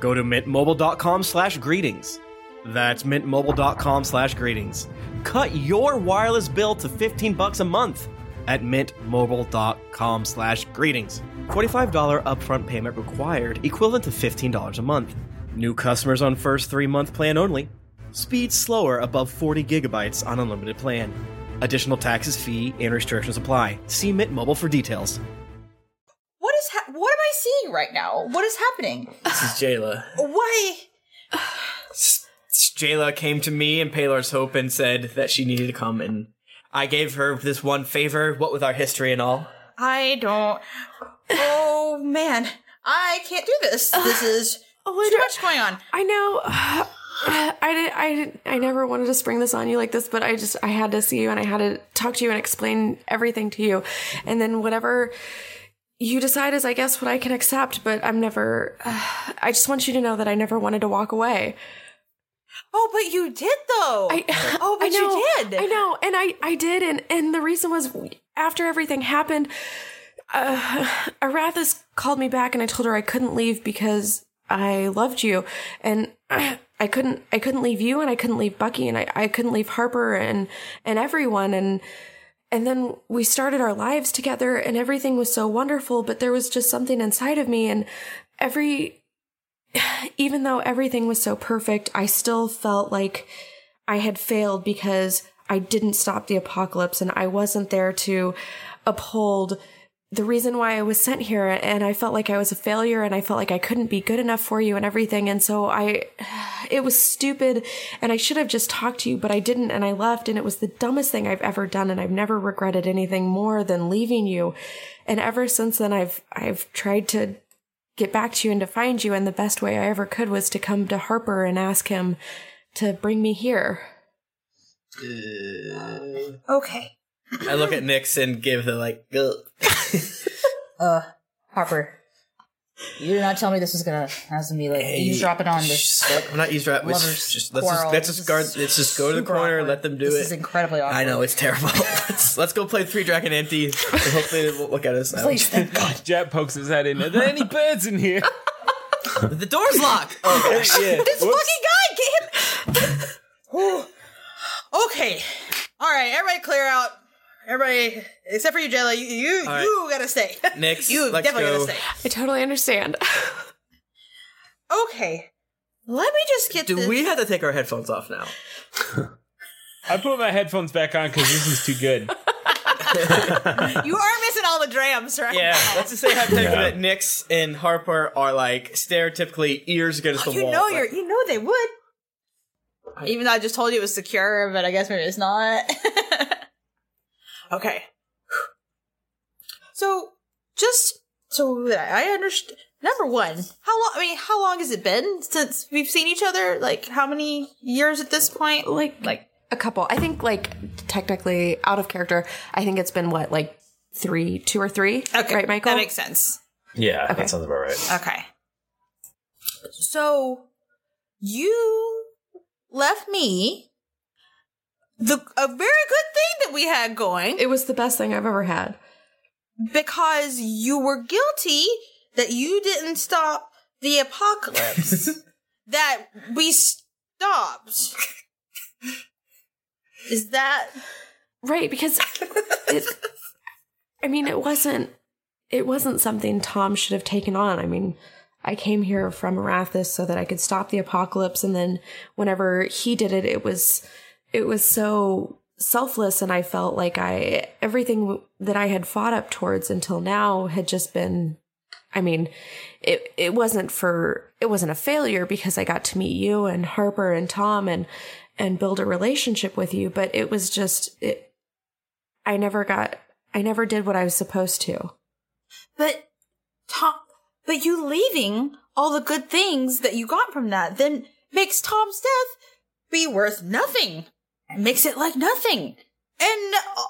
Speaker 7: go to mintmobile.com slash greetings. That's mintmobile.com slash greetings. Cut your wireless bill to 15 bucks a month at mintmobile.com slash greetings. $45 upfront payment required, equivalent to $15 a month. New customers on first three-month plan only. Speed slower above 40 gigabytes on unlimited plan. Additional taxes, fee, and restrictions apply. See Mint Mobile for details.
Speaker 4: What is ha- what am I seeing right now? What is happening?
Speaker 5: This is Jayla.
Speaker 4: Why?
Speaker 5: Jayla came to me and Paylor's Hope and said that she needed to come, and I gave her this one favor, what with our history and all.
Speaker 4: I don't. Oh man, I can't do this. This is too much going on.
Speaker 3: Oh, I know. I did, I did, I never wanted to spring this on you like this, but I just I had to see you and I had to talk to you and explain everything to you, and then whatever you decide is, I guess, what I can accept. But I'm never. I just want you to know that I never wanted to walk away.
Speaker 4: Oh, but you did though. I, oh, but
Speaker 3: I know,
Speaker 4: you did.
Speaker 3: I know, and I I did, and and the reason was after everything happened, uh, Arathis called me back, and I told her I couldn't leave because I loved you, and I couldn't I couldn't leave you, and I couldn't leave Bucky, and I I couldn't leave Harper, and and everyone, and. And then we started our lives together and everything was so wonderful, but there was just something inside of me and every even though everything was so perfect, I still felt like I had failed because I didn't stop the apocalypse and I wasn't there to uphold the reason why I was sent here. And I felt like I was a failure and I felt like I couldn't be good enough for you and everything. And so I, it was stupid and I should have just talked to you, but I didn't and I left. And it was the dumbest thing I've ever done. And I've never regretted anything more than leaving you. And ever since then, I've, I've tried to get back to you and to find you. And the best way I ever could was to come to Harper and ask him to bring me here.
Speaker 4: Okay.
Speaker 5: I look at Nix and give the like, Ugh.
Speaker 4: Uh, Harper, you did not tell me this was gonna has to be like
Speaker 5: Hey,
Speaker 4: eavesdropping on this.
Speaker 5: I'm not eavesdropping. Let's
Speaker 4: Lovers
Speaker 5: just let's just,
Speaker 4: quarrel.
Speaker 5: let's just guard. Let's just go to the
Speaker 4: Super
Speaker 5: corner.
Speaker 4: awkward.
Speaker 5: Let them do
Speaker 4: This
Speaker 5: it.
Speaker 4: is incredibly awkward.
Speaker 5: I know it's terrible. let's, let's go play three dragon empty. And hopefully they won't look at us.
Speaker 4: Please, thank
Speaker 5: God.
Speaker 2: Jet pokes his head in. Are there any birds in here?
Speaker 5: the door's locked. Oh,
Speaker 2: yeah.
Speaker 4: This fucking guy, get him. okay. All right, everybody, clear out. Everybody, except for you, Jayla. You you,
Speaker 5: All right.
Speaker 4: you gotta stay.
Speaker 5: Nix,
Speaker 4: you
Speaker 5: let's
Speaker 4: definitely
Speaker 5: go.
Speaker 4: gotta
Speaker 3: I
Speaker 4: stay.
Speaker 3: totally understand.
Speaker 4: Okay. Let me just get this.
Speaker 5: Do we have to take our headphones off now?
Speaker 2: I put my headphones back on because this is too good.
Speaker 4: you are missing all the drams, right?
Speaker 5: Yeah, let's just say hypothetically
Speaker 2: Yeah.
Speaker 5: that Nix and Harper are like stereotypically ears against the
Speaker 4: Oh, You
Speaker 5: wall.
Speaker 4: know
Speaker 5: like,
Speaker 4: you're you know they would. Even though I just told you it was secure, but I guess maybe it's not. okay. So just so that I understand number one, how long I mean, how long has it been since we've seen each other? Like how many years at this point?
Speaker 3: Like,
Speaker 4: like
Speaker 3: a couple. I think, like, technically out of character, I think it's been what, like three, two or three?
Speaker 4: Okay,
Speaker 3: Right, Michael?
Speaker 4: That makes sense.
Speaker 1: Yeah, that sounds about right.
Speaker 4: Okay. So you left me the a very good thing that we had going
Speaker 3: It was the best thing I've ever had.
Speaker 4: because you were guilty that you didn't stop the apocalypse that we stopped. Is that
Speaker 3: Right, because it I mean it wasn't it wasn't something Tom should have taken on. I mean, I came here from Arathis so that I could stop the apocalypse and then whenever he did it it was it was so selfless and I felt like I everything that I had fought up towards until now had just been I mean, it it wasn't for it wasn't a failure because I got to meet you and Harper and Tom and and build a relationship with you, but it was just it I never got I never did what I was supposed to.
Speaker 4: but Tom but you leaving all the good things that you got from that then makes Tom's death be worth nothing. It makes it like nothing. And uh,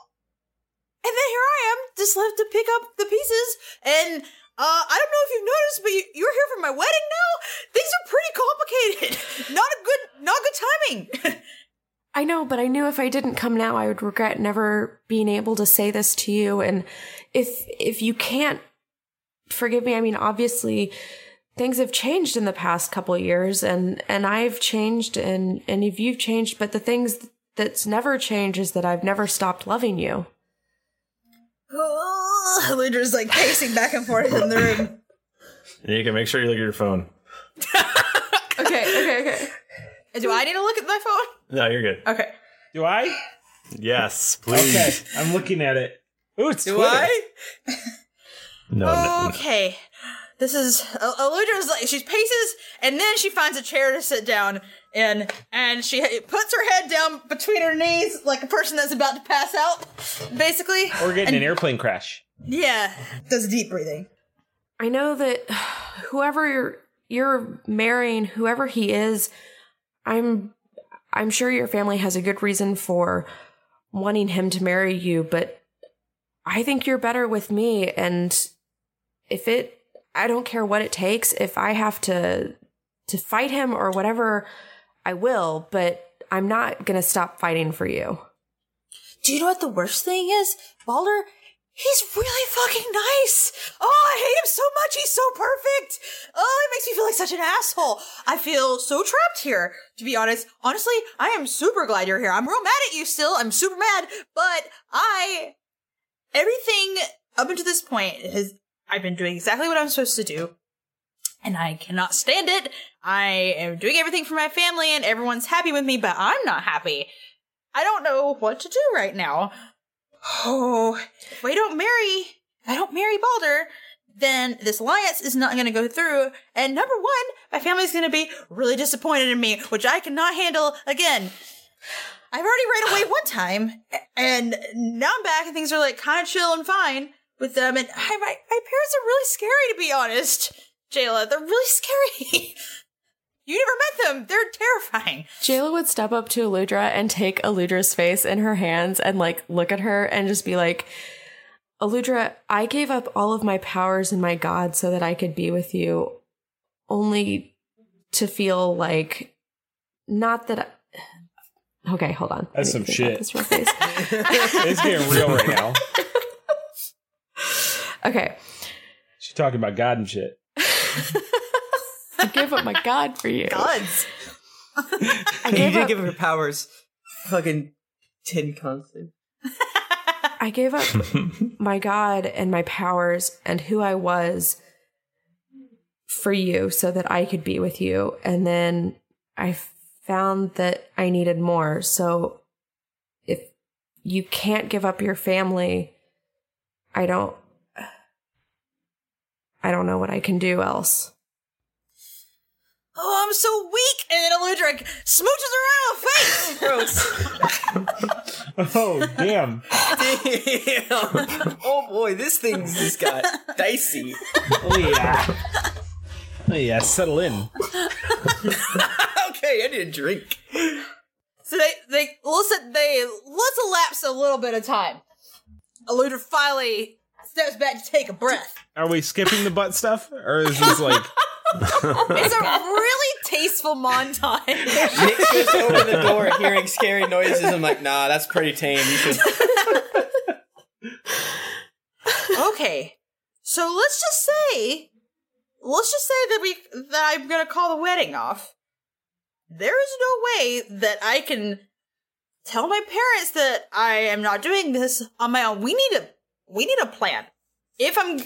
Speaker 4: and then here I am, just left to pick up the pieces. And uh, I don't know if you've noticed, but you, you're here for my wedding now. Things are pretty complicated. not a good, not good timing.
Speaker 3: I know, but I knew if I didn't come now I would regret never being able to say this to you and if if you can't forgive me, I mean obviously things have changed in the past couple years and and I've changed and and if you've changed, but the things that's never changed is that I've never stopped loving you.
Speaker 4: Lindra's like pacing back and forth in the room.
Speaker 1: You can make sure you look at your phone.
Speaker 3: Okay, okay, okay.
Speaker 4: Do I need to look at my phone?
Speaker 1: No, you're good.
Speaker 4: Okay.
Speaker 2: Do I?
Speaker 1: Yes, please.
Speaker 2: Okay, I'm looking at it. Ooh, it's
Speaker 4: Do
Speaker 2: Twitter.
Speaker 4: I?
Speaker 1: No, no, no.
Speaker 4: Okay. This is El- Eludra's like she paces and then she finds a chair to sit down in and she puts her head down between her knees like a person that's about to pass out basically.
Speaker 2: We're getting an
Speaker 4: And-
Speaker 2: airplane crash.
Speaker 4: Yeah. Does deep breathing.
Speaker 3: I know that whoever you're, you're marrying, whoever he is, I'm I'm sure your family has a good reason for wanting him to marry you, but I think you're better with me and if it I don't care what it takes if I have to to fight him or whatever, I will, but I'm not going to stop fighting for you.
Speaker 4: Do you know what the worst thing is? Balder, he's really fucking nice. Oh, I hate him so much. He's so perfect. Oh, it makes me feel like such an asshole. I feel so trapped here, to be honest. Honestly, I am super glad you're here. I'm real mad at you still. I'm super mad, but I, everything up until this point has, I've been doing exactly what I'm supposed to do. And I cannot stand it. I am doing everything for my family and everyone's happy with me, but I'm not happy. I don't know what to do right now. Oh, if I don't marry, if I don't marry Balder, then this alliance is not going to go through. And number one, my family's going to be really disappointed in me, which I cannot handle again. I've already ran away one time, and now I'm back, and things are like kind of chill and fine with them. And I, my, my parents are really scary, to be honest, Jayla. They're really scary. you never met them. They're terrifying.
Speaker 3: Jayla would step up to Aludra and take Aludra's face in her hands and like look at her and just be like, Aludra, I gave up all of my powers and my god so that I could be with you, only to feel like not that. I- Okay, hold on.
Speaker 2: That's
Speaker 3: Let
Speaker 2: some
Speaker 3: me think about
Speaker 2: shit.
Speaker 3: this real fast.
Speaker 2: it's getting real right now.
Speaker 3: Okay,
Speaker 2: She's talking about God and shit.
Speaker 3: I gave up my god for you.
Speaker 4: Gods.
Speaker 3: I
Speaker 5: you
Speaker 3: gave
Speaker 5: did
Speaker 3: up-
Speaker 5: give her powers. Fucking tin constant.
Speaker 3: I gave up my God and my powers and who I was for you so that I could be with you. And then I found that I needed more. So if you can't give up your family, I don't. I don't know what I can do else.
Speaker 4: oh, I'm so weak. And then Eludra like, smooches her out of the face. Gross.
Speaker 2: Oh, damn.
Speaker 5: Damn. Oh boy, this thing's just got dicey.
Speaker 2: Oh, yeah. Oh, yeah, settle in.
Speaker 5: okay, I need a drink.
Speaker 4: so they, they, listen, they, let's elapse a little bit of time. Eludra finally steps back to take a breath.
Speaker 2: Are we skipping the butt stuff? Or is this like.
Speaker 4: It's a really tasteful montage.
Speaker 5: Nick just opened the door hearing scary noises. I'm like, nah, that's pretty tame. You should
Speaker 4: okay. So let's just say, let's just say that we that I'm gonna call the wedding off. There is no way that I can tell my parents that I am not doing this on my own. We need a we need a plan. If I'm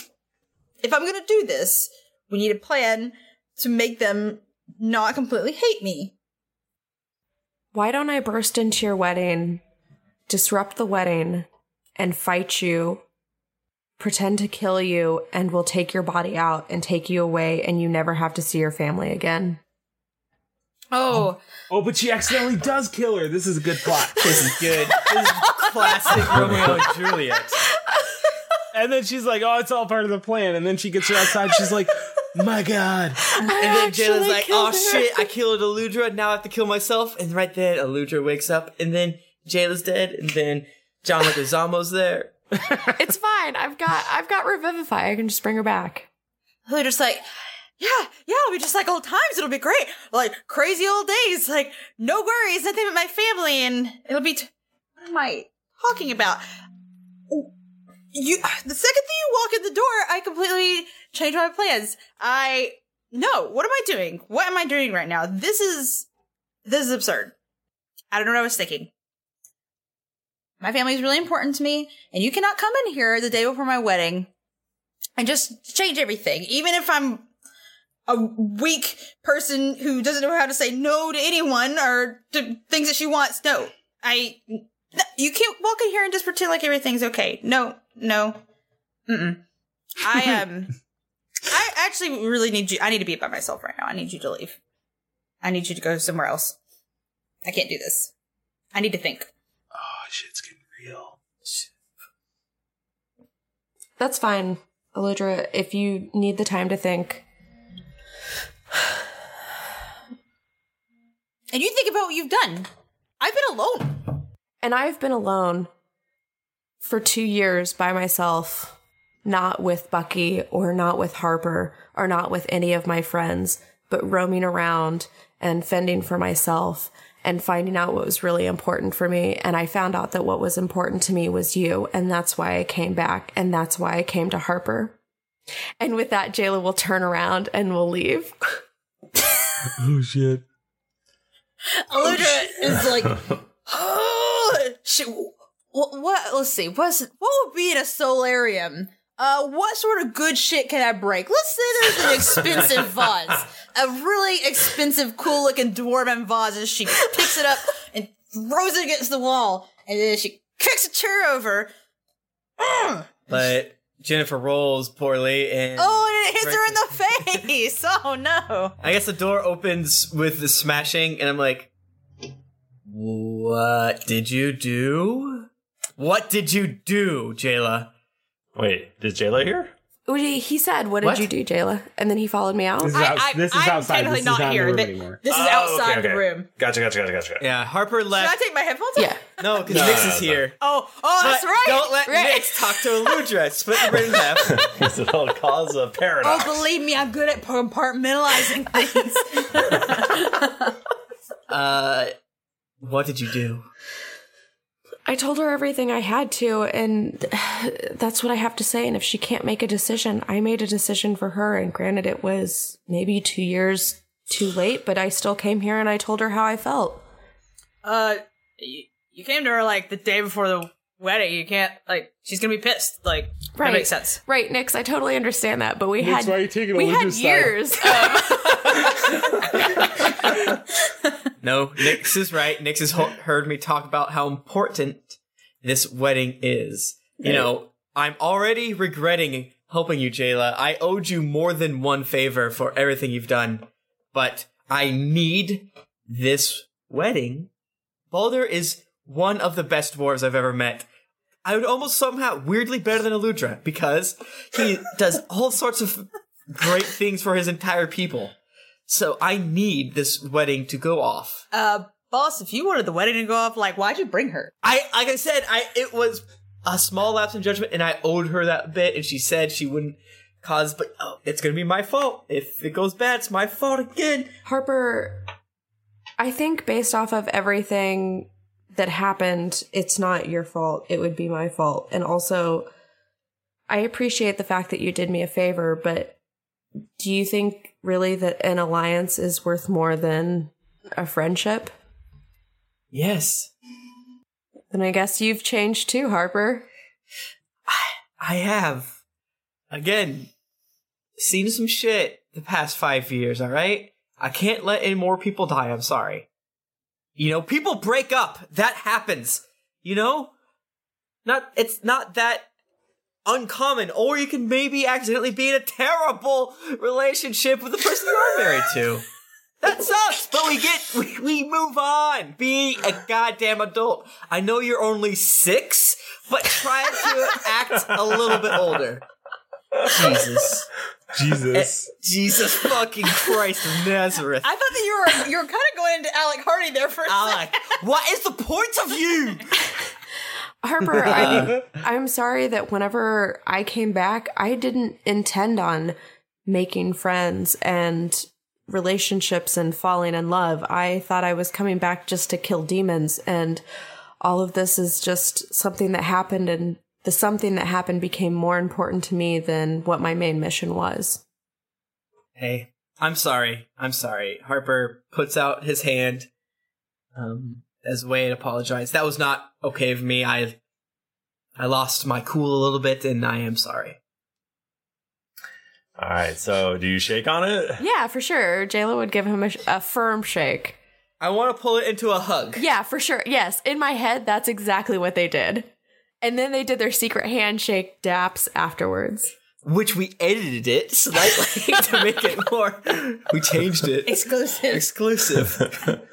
Speaker 4: if I'm gonna do this, we need a plan to make them not completely hate me.
Speaker 3: Why don't I burst into your wedding, disrupt the wedding, and fight you, pretend to kill you, and we'll take your body out and take you away, and you never have to see your family again?
Speaker 4: Oh,
Speaker 2: Oh, but she accidentally does kill her. This is a good plot.
Speaker 5: This is good. This is classic Romeo and Juliet.
Speaker 2: And then she's like, oh, it's all part of the plan. And then she gets her outside. She's like, my God.
Speaker 5: And then Jayla's
Speaker 3: actually
Speaker 5: like, oh
Speaker 3: killed her."
Speaker 5: shit, I killed Eludra, now I have to kill myself. And right then, Eludra wakes up, and then Jayla's dead, and then John Leguizamo's there.
Speaker 3: it's fine. I've got I've got Revivify. I can just bring her back.
Speaker 4: They're just like, yeah, yeah, it'll be just like old times. It'll be great. Like crazy old days. Like no worries, nothing but my family, and it'll be. T- what am I talking about? You. The second thing you walk in the door, I completely change my plans. I no. What am I doing? What am I doing right now? This is this is absurd. I don't know what I was thinking. My family is really important to me, and you cannot come in here the day before my wedding and just change everything. Even if I'm a weak person who doesn't know how to say no to anyone or to things that she wants, no, I Th- You can't walk in here and just pretend like everything's okay. No, no. Mm-mm. I um I actually really need you I need to be by myself right now. I need you to leave. I need you to go somewhere else. I can't do this. I need to think.
Speaker 1: Oh, shit's getting real.
Speaker 3: That's fine, Eludra. If you need the time to think,
Speaker 4: And you think about what you've done. I've been alone.
Speaker 3: and I've been alone for two years by myself, not with Bucky or not with Harper or not with any of my friends, but roaming around and fending for myself and finding out what was really important for me. And I found out that what was important to me was you. And that's why I came back. And that's why I came to Harper. And with that, Jayla will turn around and will leave.
Speaker 2: Oh shit.
Speaker 4: Aludra is like, oh, she, what, what? Let's see. What's what would be in a solarium? Uh, what sort of good shit can I break? Let's say there's an expensive vase, a really expensive, cool-looking dwarven vase, and she picks it up and throws it against the wall, and then she kicks a chair over. Mm.
Speaker 5: But Jennifer rolls poorly and
Speaker 4: Oh, and it hits her in the face. Oh no!
Speaker 5: I guess the door opens with the smashing, and I'm like, "What did you do? What did you do, Jayla?"
Speaker 1: Wait, is Jayla here?
Speaker 3: Well, He he said, "What did
Speaker 5: What?
Speaker 3: you do, Jayla?" And then he followed me
Speaker 4: Oh,
Speaker 3: out.
Speaker 5: This is I- out- I- this is I'm outside. technically This is not not in the here. room Th- anymore.
Speaker 4: This is outside the room.
Speaker 1: Oh, Gotcha, gotcha, gotcha, gotcha. Uh,
Speaker 5: Yeah, Harper
Speaker 4: Should I
Speaker 5: left.
Speaker 4: take my headphones? Yeah.
Speaker 5: No, because
Speaker 1: No,
Speaker 5: Nix
Speaker 1: no,
Speaker 5: is
Speaker 1: no.
Speaker 5: here.
Speaker 4: Oh, oh, that's
Speaker 5: But
Speaker 4: right.
Speaker 5: Don't let
Speaker 4: right.
Speaker 5: Nix talk to Eludra. Split the brain in half.
Speaker 1: Because it'll cause a
Speaker 4: Oh,
Speaker 1: paradox.
Speaker 4: believe me, I'm good at compartmentalizing things.
Speaker 5: Uh, what did you do?
Speaker 3: I told her everything I had to, and that's what I have to say. And if she can't make a decision, I made a decision for her. And granted, it was maybe two years too late, but I still came here and I told her how I felt.
Speaker 4: uh, you, you came to her like the day before the wedding. You can't like she's gonna be pissed. Like that makes sense.
Speaker 3: Right, Nix, I totally understand that, but we
Speaker 4: Nix,
Speaker 3: had
Speaker 4: why are you taking a
Speaker 3: we had
Speaker 4: loser side?
Speaker 3: years.
Speaker 5: No, Nix is right. Nix has ho- heard me talk about how important this wedding is. You know, I'm already regretting helping you, Jayla. I owed you more than one favor for everything you've done, but I need this wedding. Balder is one of the best dwarves I've ever met. I would almost somehow weirdly better than Eludra because he does all sorts of great things for his entire people. So I need this wedding to go off.
Speaker 4: Uh, boss, if you wanted the wedding to go off, like why'd you bring her?
Speaker 5: I like I said, I it was a small lapse in judgment, and I owed her that bit, and she said she wouldn't cause, but oh, it's gonna be my fault if it goes bad. It's my fault again.
Speaker 3: Harper, I think based off of everything that happened, it's not your fault. It would be my fault. And also, I appreciate the fact that you did me a favor, but do you think really that an alliance is worth more than a friendship?
Speaker 5: Yes,
Speaker 3: Then I guess you've changed too, Harper.
Speaker 5: I have again seen some shit the past five years. All right, I can't let any more people die. I'm sorry. You know, people break up. That happens. You know, not it's not that uncommon. Or you can maybe accidentally be in a terrible relationship with the person you are married to. That sucks, but we get we, we move on. Be a goddamn adult. I know you're only six, but try to act a little bit older. Jesus. Eh,
Speaker 8: Jesus.
Speaker 5: Jesus fucking Christ of Nazareth.
Speaker 4: I thought that you were you were kind of going into Alec Hardy there for a
Speaker 5: Alec. What is the point of you?
Speaker 3: Harper, I'm, I'm sorry that whenever I came back, I didn't intend on making friends and relationships and falling in love. I thought I was coming back just to kill demons, and all of this is just something that happened, and the something that happened became more important to me than what my main mission was.
Speaker 5: Hey, I'm sorry. I'm sorry. Harper puts out his hand um, as a way to apologize. That was not okay of me. I I lost my cool a little bit, and I am sorry.
Speaker 1: All right, so do you shake on it?
Speaker 3: Yeah, for sure. Jayla would give him a, sh- a firm shake.
Speaker 5: I want to pull it into a hug.
Speaker 3: Yeah, for sure. Yes, in my head, that's exactly what they did. And then they did their secret handshake daps afterwards.
Speaker 5: Which we edited it slightly to make it more. We changed it.
Speaker 4: Exclusive.
Speaker 5: Exclusive.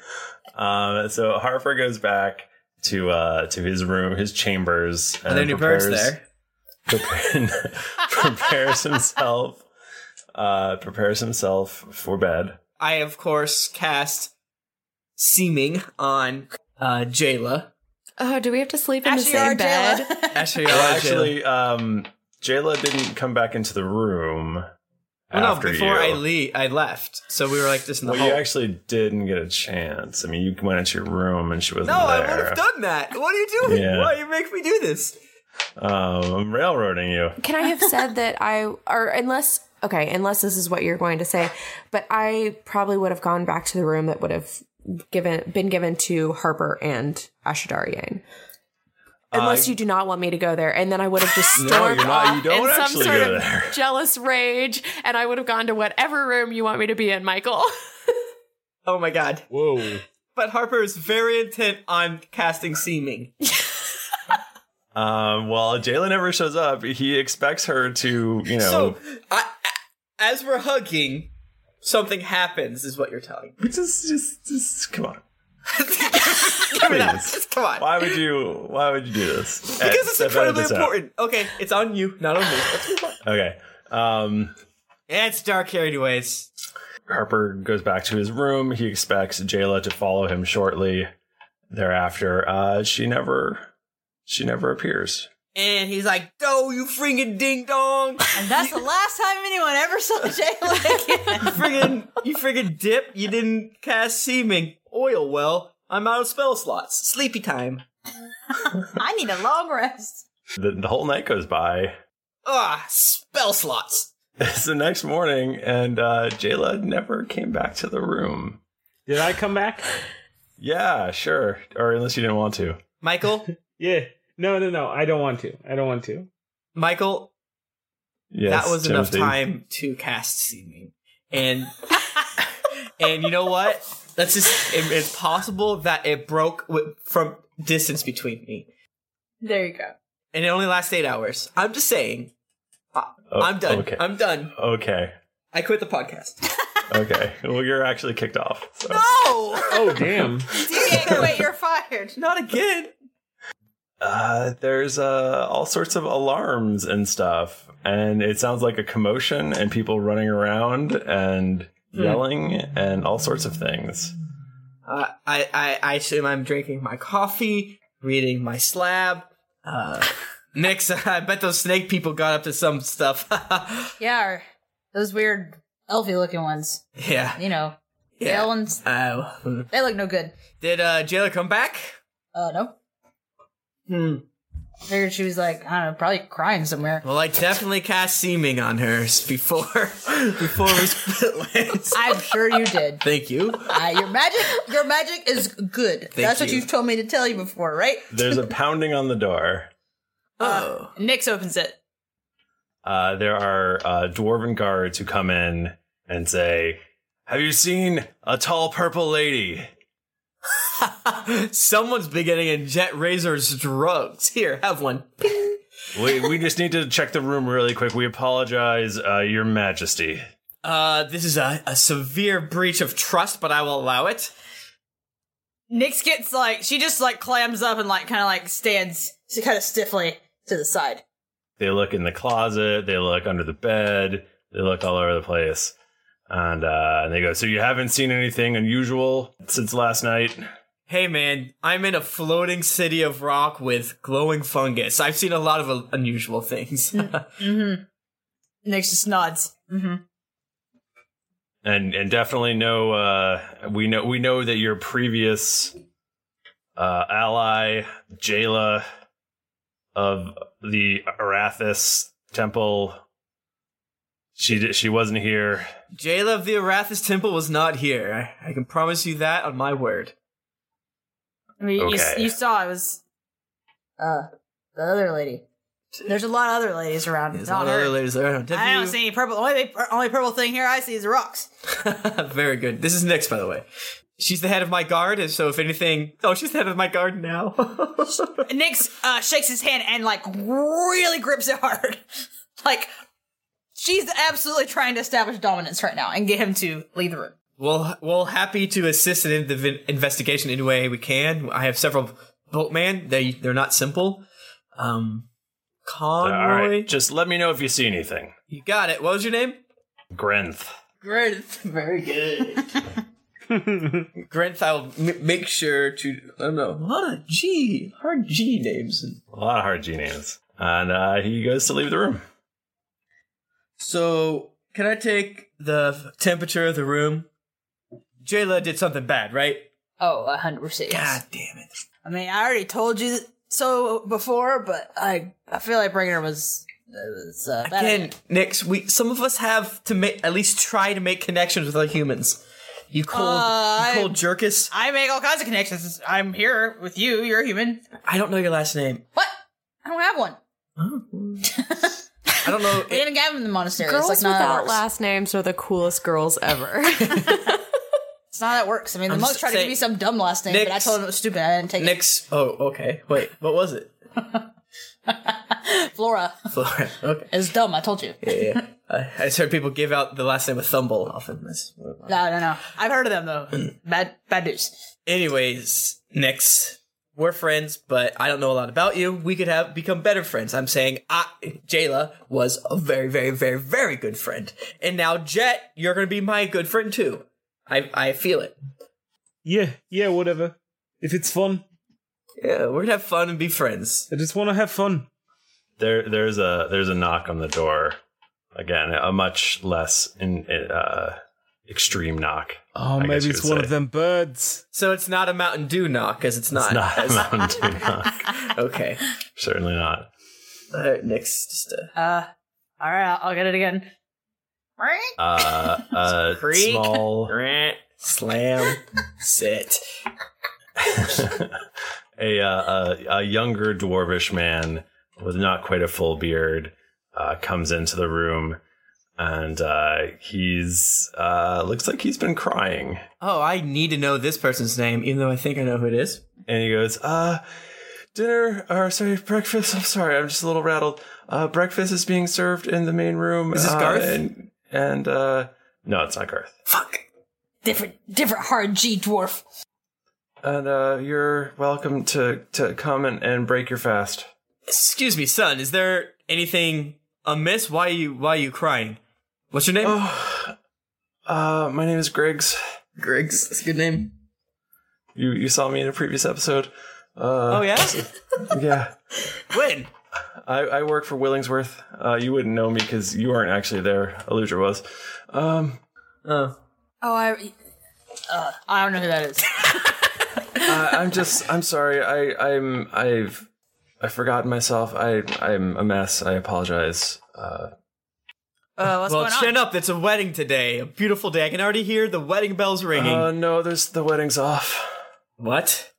Speaker 1: Um, so Harper goes back to uh, to his room, his chambers.
Speaker 5: Are there any birds there?
Speaker 1: prepare- prepares himself. Uh, prepares himself for bed.
Speaker 5: I, of course, cast seeming on uh, Jayla.
Speaker 3: Oh, do we have to sleep in
Speaker 4: Ashiar
Speaker 3: the same
Speaker 4: Jayla.
Speaker 3: bed?
Speaker 5: Actually,
Speaker 1: Well,
Speaker 5: uh,
Speaker 1: actually, um, Jayla didn't come back into the room.
Speaker 5: Well, Oh, no,
Speaker 1: after
Speaker 5: before
Speaker 1: you.
Speaker 5: I le- I left, so we were like this in the
Speaker 1: Well, you
Speaker 5: hall.
Speaker 1: actually didn't get a chance. I mean, you went into your room and she wasn't
Speaker 5: no, I
Speaker 1: there.
Speaker 5: would have done that. What are you doing?
Speaker 1: Yeah.
Speaker 5: Why you make me do this?
Speaker 1: Um, I'm railroading you.
Speaker 3: Can I have said that I, or unless, okay, unless this is what you're going to say, but I probably would have gone back to the room that would have given been given to Harper and Ashadarian. Unless
Speaker 1: Uh,
Speaker 3: you do not want me to go there, and then I would have just
Speaker 1: No,
Speaker 3: stormed
Speaker 1: you're not-
Speaker 3: off
Speaker 1: you don't
Speaker 3: in some
Speaker 1: actually
Speaker 3: sort
Speaker 1: go
Speaker 3: of
Speaker 1: there.
Speaker 3: jealous rage, and I would have gone to whatever room you want me to be in, Michael.
Speaker 5: Oh my god!
Speaker 2: Whoa.
Speaker 5: But Harper is very intent on casting seeming.
Speaker 1: Um, well, Jayla never shows up. He expects her to, you know.
Speaker 5: So, I, as we're hugging, something happens. Is what you're telling me?
Speaker 1: just, just, just come on.
Speaker 5: Give me that.
Speaker 1: Please.
Speaker 5: Just come on.
Speaker 1: Why would you? Why would you do this? Eh,
Speaker 5: Because it's
Speaker 1: step out of
Speaker 5: incredibly
Speaker 1: this out.
Speaker 5: important. Okay, it's on you, not on me. Let's move on.
Speaker 1: Okay. Um,
Speaker 5: It's dark here, anyways.
Speaker 1: Harper goes back to his room. He expects Jayla to follow him shortly thereafter. Uh, she never, she never appears.
Speaker 5: And he's like, "Oh, you freaking ding dong!
Speaker 4: And that's the last time anyone ever saw Jayla again.
Speaker 5: You friggin' you friggin' dip! You didn't cast seeming oil well. I'm out of spell slots. Sleepy time.
Speaker 4: I need a long rest.
Speaker 1: The, the whole night goes by.
Speaker 5: Ah, spell slots.
Speaker 1: It's the next morning, and uh, Jayla never came back to the room.
Speaker 2: Did I come back?
Speaker 1: Yeah, sure. Or unless you didn't want to.
Speaker 5: Michael,
Speaker 2: Yeah. No, no, no. I don't want to. I don't want to.
Speaker 5: Michael,
Speaker 1: Yes,
Speaker 5: that was
Speaker 1: Timothy.
Speaker 5: enough time to cast seeming, and and you know what? That's just. It, it's possible that it broke with, from distance between me,
Speaker 4: There you go.
Speaker 5: and it only lasts eight hours. I'm just saying. I,
Speaker 1: Oh,
Speaker 5: I'm done.
Speaker 1: okay.
Speaker 5: I'm done.
Speaker 1: Okay.
Speaker 5: I quit the podcast.
Speaker 1: Okay. well, you're actually kicked off. So.
Speaker 4: Oh,
Speaker 2: Oh, damn.
Speaker 4: you can't quit. You're fired.
Speaker 5: Not again.
Speaker 1: Uh, there's uh, all sorts of alarms and stuff, and it sounds like a commotion and people running around and
Speaker 2: Hmm.
Speaker 1: yelling and all sorts of things.
Speaker 5: Uh, I, I, I assume I'm drinking my coffee, reading my slab. Uh, Nick's, I bet those snake people got up to some stuff.
Speaker 4: Yeah, or those weird elfy looking ones.
Speaker 5: yeah.
Speaker 4: You know,
Speaker 5: Yeah.
Speaker 4: the ones.
Speaker 5: Uh,
Speaker 4: They look no good.
Speaker 5: did uh, Jailer come back?
Speaker 4: Uh, no.
Speaker 5: Hmm.
Speaker 4: Figured she was like, I don't know, probably crying somewhere.
Speaker 5: Well, I definitely cast seeming on her s- before before we split lands.
Speaker 4: I'm sure you did.
Speaker 5: Thank you.
Speaker 4: Uh, your magic, your magic is good. That's what
Speaker 5: you.
Speaker 4: you've told me to tell you before, right? Uh,
Speaker 1: There's a pounding on the door.
Speaker 5: Oh,
Speaker 4: Nyx opens it.
Speaker 1: Uh, there are uh, dwarven guards who come in and say, "Have you seen a tall purple lady?"
Speaker 5: someone's been getting in Jet Razor's drugs. Here, have one.
Speaker 1: We we just need to check the room really quick. We apologize, uh, Your Majesty.
Speaker 5: Uh, this is a, a severe breach of trust, but I will allow it.
Speaker 4: Nyx gets like, she just like clams up and like kind of like stands kind of stiffly to the side.
Speaker 1: They look in the closet. They look under the bed. They look all over the place. And, uh, and they go, So you haven't seen anything unusual since last night?
Speaker 5: Hey man, I'm in a floating city of rock with glowing fungus. I've seen a lot of uh, unusual things.
Speaker 4: Hmm. Nyx just nods. Mm-hmm.
Speaker 1: And and definitely no uh we know we know that your previous uh ally, Jayla of the Arathis temple she di- she wasn't here.
Speaker 5: Jayla of the Arathis Temple was not here. I, I can promise you that on my word.
Speaker 4: I mean, you,
Speaker 1: Okay.
Speaker 4: you saw it was uh the other lady. There's a lot of other ladies around.
Speaker 5: There's a lot
Speaker 4: not
Speaker 5: of
Speaker 4: her.
Speaker 5: other ladies there. Have
Speaker 4: I don't
Speaker 5: you-
Speaker 4: see any purple. Only only purple thing here I see is the rocks.
Speaker 5: Very good. This is Nyx, by the way. She's the head of my guard, and so if anything, oh, she's the head of my guard now.
Speaker 4: Nyx uh, shakes his hand and like really grips it hard. like she's absolutely trying to establish dominance right now and get him to leave the room.
Speaker 5: Well, well, happy to assist in the vin- investigation any way we can. I have several boatman. They they're not simple. Um, Conroy,
Speaker 1: All right, just let me know if you see anything.
Speaker 5: you got it. What was your name?
Speaker 1: Grenth.
Speaker 4: Great, very good.
Speaker 5: Grenth, I will m- make sure to. I don't know. A lot of G, hard G names.
Speaker 1: A lot of hard G names. And uh, he goes to leave the room.
Speaker 5: So, can I take the f- temperature of the room? Jayla did something bad, right?
Speaker 4: Oh, a hundred percent.
Speaker 5: God damn it!
Speaker 4: I mean, I already told you so before, but I I feel like bringing her was it was uh, bad.
Speaker 5: Again, Nix, we some of us have to make at least try to make connections with other humans. You cold,
Speaker 4: Uh,
Speaker 5: you cold jerkus.
Speaker 4: I make all kinds of connections. I'm here with you. You're a human.
Speaker 5: I don't know your last name.
Speaker 4: I don't have one.
Speaker 5: Oh. I don't know.
Speaker 4: We didn't get him in the monastery.
Speaker 3: Girls
Speaker 4: it's like not
Speaker 3: without
Speaker 4: ours.
Speaker 3: last names are the coolest girls ever.
Speaker 4: It's not how that works. I mean, the
Speaker 5: I'm
Speaker 4: monk
Speaker 5: just
Speaker 4: tried to
Speaker 5: saying-
Speaker 4: give you some dumb last name, but I
Speaker 5: Nick's-
Speaker 4: told him it was stupid. I didn't take
Speaker 5: Nix. Oh, okay. Wait, what was it?
Speaker 4: it. Flora
Speaker 5: Flora. Okay.
Speaker 4: is dumb. I told you.
Speaker 5: Yeah, yeah. I, I just heard people give out the last name of Thumble often. That's-
Speaker 4: No, no, no. I've heard of them though. bad, bad news.
Speaker 5: Anyways, Nix, we're friends, but I don't know a lot about you. We could have become better friends. I'm saying I, Jayla was a very, very, very, very good friend. And now, Jet, you're going to be my good friend too. I, I feel it.
Speaker 2: Yeah, yeah, whatever. If it's fun.
Speaker 5: Yeah, we're going to have fun and be friends.
Speaker 2: I just want to have fun.
Speaker 1: There, there's a there's a knock on the door. Again, a much less in, uh, extreme knock.
Speaker 2: Oh,
Speaker 1: I guess
Speaker 2: maybe
Speaker 1: you
Speaker 2: it's
Speaker 1: would
Speaker 2: one
Speaker 1: say.
Speaker 2: of them birds.
Speaker 5: So it's not a Mountain Dew knock, because it's not.
Speaker 1: It's not a Mountain Dew knock.
Speaker 5: okay.
Speaker 1: Certainly not.
Speaker 5: All right, Nix, just a.
Speaker 4: Uh, all right, I'll, I'll get it again.
Speaker 1: Uh, a
Speaker 5: Creak.
Speaker 1: small,
Speaker 5: Rant, uh, slam, sit.
Speaker 1: a, uh, a a younger dwarvish man with not quite a full beard uh, comes into the room, and uh, he's uh, looks like he's been crying.
Speaker 5: Oh, I need to know this person's name, even though I think I know who it is.
Speaker 1: and he goes, uh, dinner, or sorry, breakfast. I'm sorry, I'm just a little rattled. Uh, breakfast is being served in the main room.
Speaker 5: Is this
Speaker 1: uh,
Speaker 5: Garth?
Speaker 1: And, and uh, no, it's not Garth.
Speaker 4: Different, different hard G dwarf.
Speaker 1: And uh, you're welcome to, to come and, and break your fast.
Speaker 5: Excuse me, son. Is there anything amiss? Why you Why you crying? What's your name?
Speaker 1: Oh, uh, my name is Griggs.
Speaker 5: Griggs. That's a good name.
Speaker 1: You you saw me in a previous episode.
Speaker 5: Oh
Speaker 1: Uh,
Speaker 5: yeah.
Speaker 1: yeah.
Speaker 5: when?
Speaker 1: I, I work for Willingsworth. Uh, you wouldn't know me because you weren't actually there. Aludra was. Um,
Speaker 5: Oh,
Speaker 4: Oh, I, uh, I don't know who that is.
Speaker 1: uh, I'm just. I'm sorry. I. I'm. I've. I've forgotten myself. I. I'm a mess. I apologize. Uh,
Speaker 4: Uh, what's
Speaker 5: well,
Speaker 4: going on?
Speaker 5: chin up. It's a wedding today. A beautiful day. I can already hear the wedding bells ringing.
Speaker 1: uh, no, there's the wedding's off.
Speaker 5: what?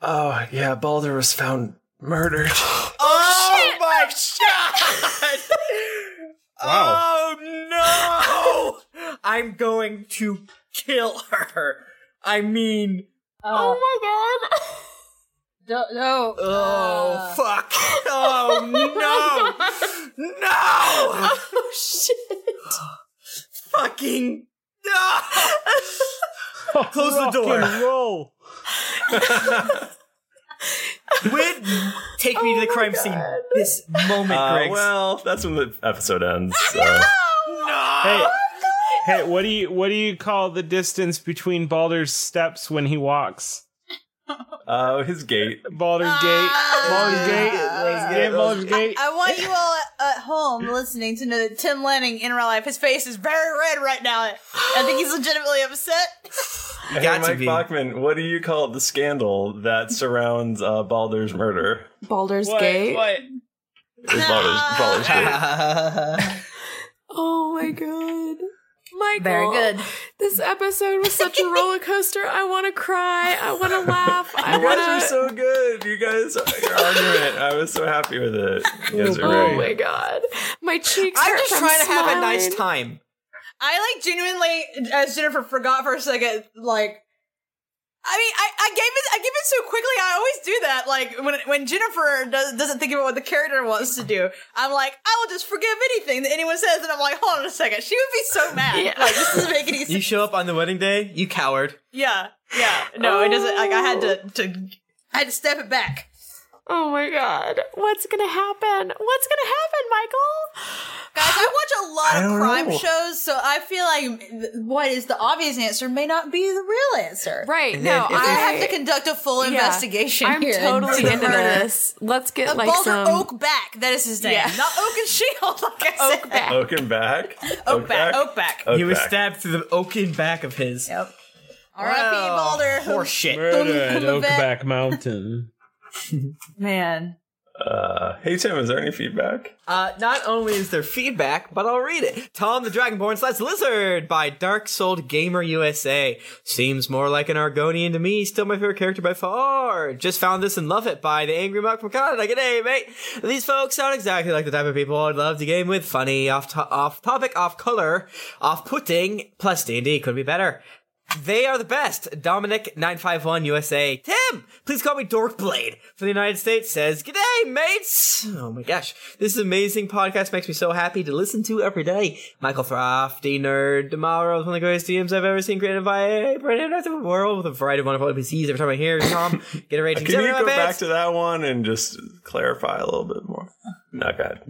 Speaker 1: Oh yeah, Balder was found murdered.
Speaker 5: Oh my god! Oh no! I'm going to kill her. I mean,
Speaker 4: Uh, no, no.
Speaker 5: oh
Speaker 4: uh,
Speaker 5: fuck! Oh no! No! Oh shit! Fucking no! Close the door.
Speaker 2: Roll.
Speaker 5: Win. Take me to the crime scene this moment,
Speaker 1: Uh,
Speaker 5: Griggs.
Speaker 1: well, that's when the episode ends. so-
Speaker 2: Hey, hey, what do you what do you call the distance between Baldur's steps when he walks?
Speaker 1: Uh, his gate.
Speaker 2: Baldur's gate.
Speaker 4: Ah.
Speaker 2: Baldur's gate. Baldur's gate. Baldur's gate.
Speaker 4: I want you all at, at home listening to know that Tim Lanning in real life, his face is very red right now. I think he's legitimately upset.
Speaker 1: Hey,
Speaker 5: got to
Speaker 1: Mike
Speaker 5: be.
Speaker 1: Bachman, what do you call the scandal that surrounds uh, Balder's murder?
Speaker 3: Baldur's Gate.
Speaker 1: It's Baldur's, Baldur's gate.
Speaker 3: Oh my god. Michael.
Speaker 4: Very good.
Speaker 3: This episode was such a roller coaster. I want to cry. I want to laugh. I
Speaker 1: You guys are
Speaker 3: want to.
Speaker 1: so good. You guys, your argument. I was so happy with it. You guys are great.
Speaker 3: Oh my god. My cheeks.
Speaker 5: I'm
Speaker 3: hurt
Speaker 5: just
Speaker 3: from
Speaker 5: trying to have a
Speaker 3: smiling.
Speaker 5: nice time.
Speaker 4: I like genuinely, as Jennifer forgot for a second, like I mean, I, I gave it, I give it so quickly. I always do that. Like when when Jennifer does, doesn't think about what the character wants to do, I'm like, I will just forgive anything that anyone says, and I'm like, hold on a second, she would be so mad. Like this doesn't make any sense.
Speaker 5: You show up on the wedding day, you coward.
Speaker 4: Yeah, yeah. No, it doesn't. Like I had to, to, I had to step it back.
Speaker 3: Oh my god, what's gonna happen? What's gonna happen, Michael?
Speaker 4: Guys, I watch
Speaker 3: I
Speaker 4: a lot
Speaker 3: don't
Speaker 4: of crime
Speaker 3: know.
Speaker 4: shows, so I feel like what is the obvious answer may not be the real answer.
Speaker 3: Right? And then no, if
Speaker 4: I,
Speaker 3: they-
Speaker 4: have to conduct a full
Speaker 3: Yeah,
Speaker 4: investigation.
Speaker 3: I'm
Speaker 4: here
Speaker 3: totally
Speaker 4: the
Speaker 3: into
Speaker 4: murder.
Speaker 3: this. Let's get
Speaker 4: Uh,
Speaker 3: like
Speaker 4: Baldur
Speaker 3: some
Speaker 4: Oak back. That is his name,
Speaker 3: Yeah.
Speaker 4: not Oak and Shield. Like I said, Oak back.
Speaker 1: Oaken back.
Speaker 4: Oak back. Oak back.
Speaker 5: he was stabbed through the oaken back of his.
Speaker 4: Yep. R.I.P. Boulder.
Speaker 5: Horseshit.
Speaker 2: Murder at
Speaker 4: Who- who-
Speaker 2: Oakback Mountain.
Speaker 4: Man.
Speaker 1: Uh, hey Tim, is there any feedback?
Speaker 5: Uh, not only is there feedback, but I'll read it. Tom the Dragonborn slash Lizard by Dark Souled Gamer USA. Seems more like an Argonian to me. Still my favorite character by far. Just found this and love it by the Angry Monk from Canada. G'day, mate. These folks sound exactly like the type of people I'd love to game with. Funny, off, to- off topic, off color, off putting. Plus D&D could be better. They are the best. Dominic nine five one USA. Tim, please call me Dorkblade from the United States. Says g'day, mates. Oh my gosh, this is amazing podcast. Makes me so happy to listen to every day. Michael Throfty, nerd tomorrow is one of the greatest DMs I've ever seen. Created by a brand new type of world with a variety of wonderful NPCs. Every time I hear Tom get a raging
Speaker 1: Can you
Speaker 5: zero in my
Speaker 1: go back
Speaker 5: pants.
Speaker 1: to that one and just clarify a little bit more? No, go ahead.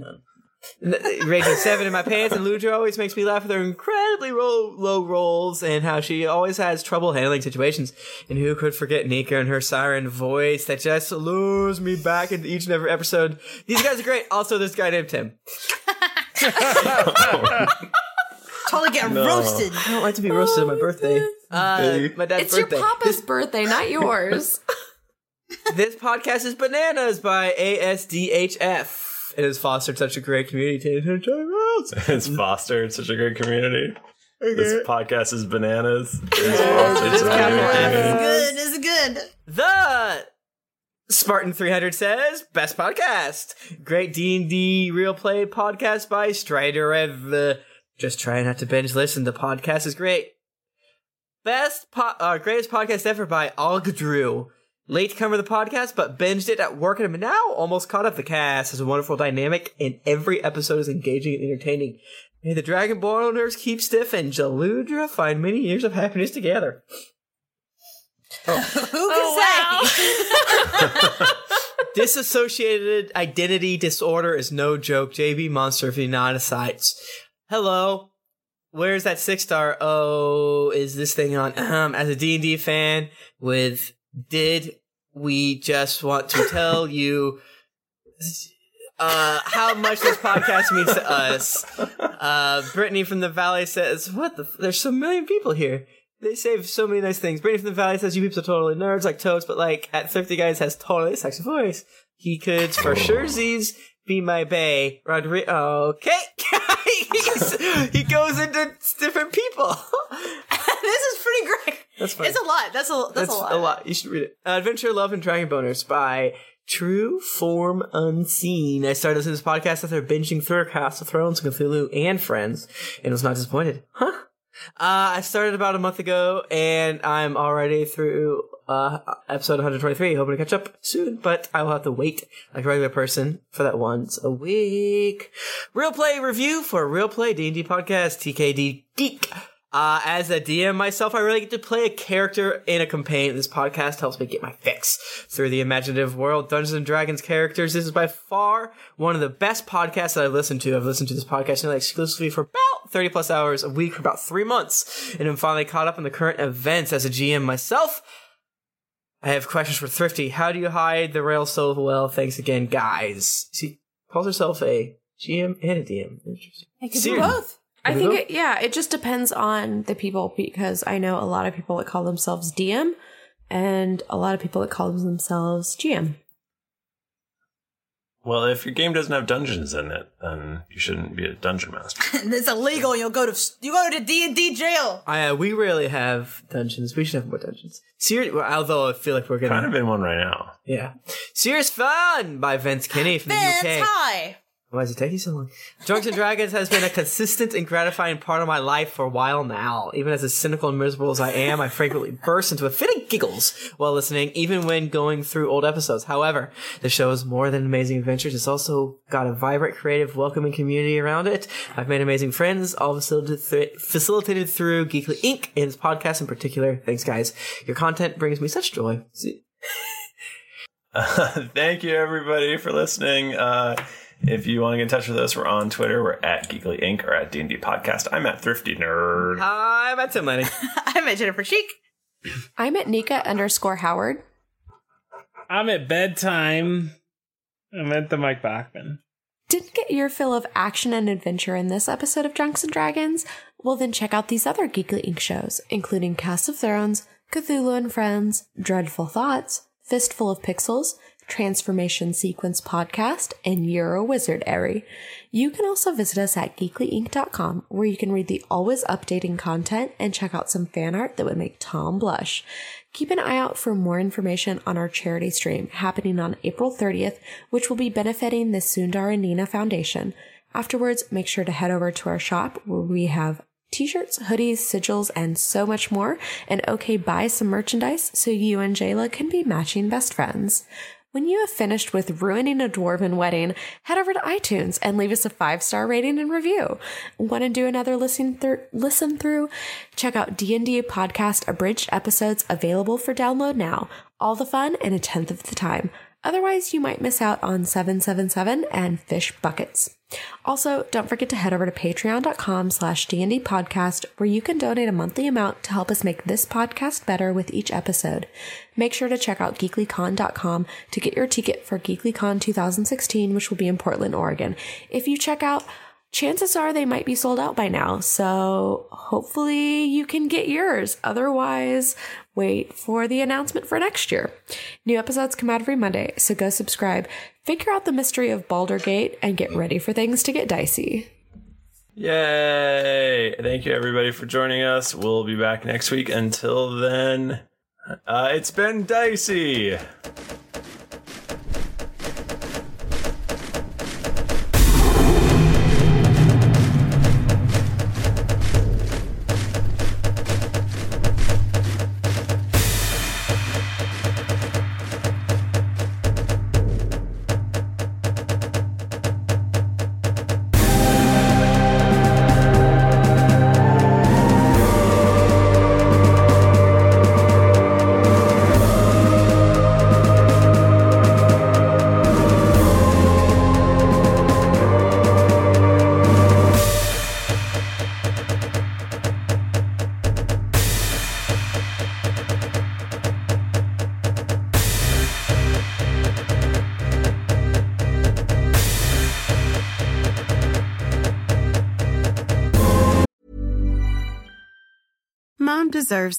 Speaker 5: N- Raging Seven in my pants, and Ludra always makes me laugh with her incredibly low, low rolls and how she always has trouble handling situations. And who could forget Nika and her siren voice that just lures me back into each and every episode? These guys are great. Also, this guy named Tim.
Speaker 4: Totally get
Speaker 5: No.
Speaker 4: roasted.
Speaker 5: I don't like to be roasted on my birthday. Uh, my dad's
Speaker 3: It's your
Speaker 5: birthday.
Speaker 3: papa's birthday, not yours.
Speaker 5: this podcast is bananas by ASDHF. It has fostered such a great community to enjoy worlds.
Speaker 1: It's fostered such a great community. This podcast is bananas.
Speaker 5: It's
Speaker 4: Good is good.
Speaker 5: The Spartan 300 says best podcast. Great D&D real play podcast by Strider of the just try not to binge listen. The podcast is great. Best po- uh, greatest podcast ever by Og Drew. Late comer to the podcast, but binged it at work and am now almost caught up. The cast has a wonderful dynamic, and every episode is engaging and entertaining. May the Dragonborn owners keep stiff and Jaludra find many years of happiness together.
Speaker 4: Who can say?
Speaker 5: Disassociated identity disorder is no joke. JB Monster of the United States. Hello. Where's that six star? Oh, is this thing on? Ahem. As a D&D fan with did we just want to tell you uh, how much this podcast means to us. Uh, Brittany from the Valley says, "What the? F- There's so million people here. They say so many nice things." Brittany from the Valley says, "You peeps are totally nerds like toads, but like at Thrifty Guys has totally sexy voice. He could for sure z's be my bay Rodrigo. Okay, He's- he goes into different people.
Speaker 4: this is pretty great.
Speaker 5: That's funny.
Speaker 4: It's a lot. That's a Oh, that's, a lot.
Speaker 5: You should read it. Uh, Adventure, Love, and Dragon Boners by True Form Unseen. I started listening to this podcast after binging through Castle of Thrones, Cthulhu, and Friends, and was not disappointed. Huh? Uh, I started about a month ago, and I'm already through uh, episode 123, hoping to catch up soon, but I will have to wait like a regular person for that once a week. Real Play review for Real Play D&D podcast, TKD Geek. Uh, as a DM myself, I really get to play a character in a campaign. This podcast helps me get my fix through the imaginative world, Dungeons and Dragons characters. This is by far one of the best podcasts that I've listened to. I've listened to this podcast nearly exclusively for about 30 plus hours a week for about three months, and I'm finally caught up on the current events as a GM myself. I have questions for Thrifty. How do you hide the rail so well? Thanks again, guys. She calls herself a GM and a DM. Interesting. Serious.
Speaker 3: I
Speaker 5: Could
Speaker 3: think
Speaker 5: be
Speaker 3: it, yeah, it just depends on the people because I know a lot of people that call themselves DM and a lot of people that call themselves GM.
Speaker 1: Well, if your game doesn't have dungeons in it, then you shouldn't be a dungeon master.
Speaker 4: it's illegal. You'll go to you go to D and D jail.
Speaker 5: I, uh, we rarely have dungeons. We should have more dungeons. Serious, well, although I feel like we're gonna
Speaker 1: Kind of in one right now.
Speaker 5: Yeah, serious fun by Vince Kinney from the
Speaker 4: That's
Speaker 5: UK.
Speaker 4: high.
Speaker 5: Why is it taking so long? Drunks and Dragons has been a consistent and gratifying part of my life for a while now. Even as cynical and miserable as I am, I frequently burst into a fit of giggles while listening, even when going through old episodes. However, the show is more than amazing adventures. It's also got a vibrant, creative, welcoming community around it. I've made amazing friends, all facilitated, th- facilitated through Geekly Inc. and its podcast in particular. Thanks, guys. Your content brings me such joy. See-
Speaker 1: Thank you, everybody, for listening. Uh, if you want to get in touch with us, we're on Twitter. We're at Geekly Inc. or at D&D Podcast. I'm at Thrifty Nerd.
Speaker 5: Hi, I'm at Tim Lenny.
Speaker 4: I'm at Jennifer Cheek.
Speaker 3: I'm at Nika underscore Howard.
Speaker 2: I'm at bedtime. I'm at the Mike Bachman.
Speaker 3: Didn't get your fill of action and adventure in this episode of Drunks and Dragons? Well, then check out these other Geekly Inc. shows, including Cast of Thrones, Cthulhu and Friends, Dreadful Thoughts, Fistful of Pixels, Transformation Sequence Podcast, and You're a Wizard, Eri. You can also visit us at geeklyinc.com, where you can read the always updating content and check out some fan art that would make Tom blush. Keep an eye out for more information on our charity stream happening on April 30th, which will be benefiting the Sundar and Nina Foundation. Afterwards, make sure to head over to our shop where we have t-shirts, hoodies, sigils, and so much more. And okay, buy some merchandise so you and Jayla can be matching best friends. When you have finished with ruining a dwarven wedding, head over to iTunes and leave us a five-star rating and review. Want to do another listen, thr- listen through? Check out D&D Podcast Abridged episodes available for download now. All the fun in a tenth of the time. Otherwise, you might miss out on 777 and Fish Buckets. Also, don't forget to head over to patreon.com slash D&D podcast where you can donate a monthly amount to help us make this podcast better with each episode. Make sure to check out geeklycon.com to get your ticket for GeeklyCon 2016, which will be in Portland, Oregon. If you check out, chances are they might be sold out by now, so hopefully you can get yours. Otherwise, wait for the announcement for next year. New episodes come out every Monday, so go subscribe, figure out the mystery of Baldur Gate, and get ready for things to get dicey.
Speaker 1: Yay! Thank you, everybody, for joining us. We'll be back next week. Until then, uh, it's been dicey.
Speaker 9: Mom deserves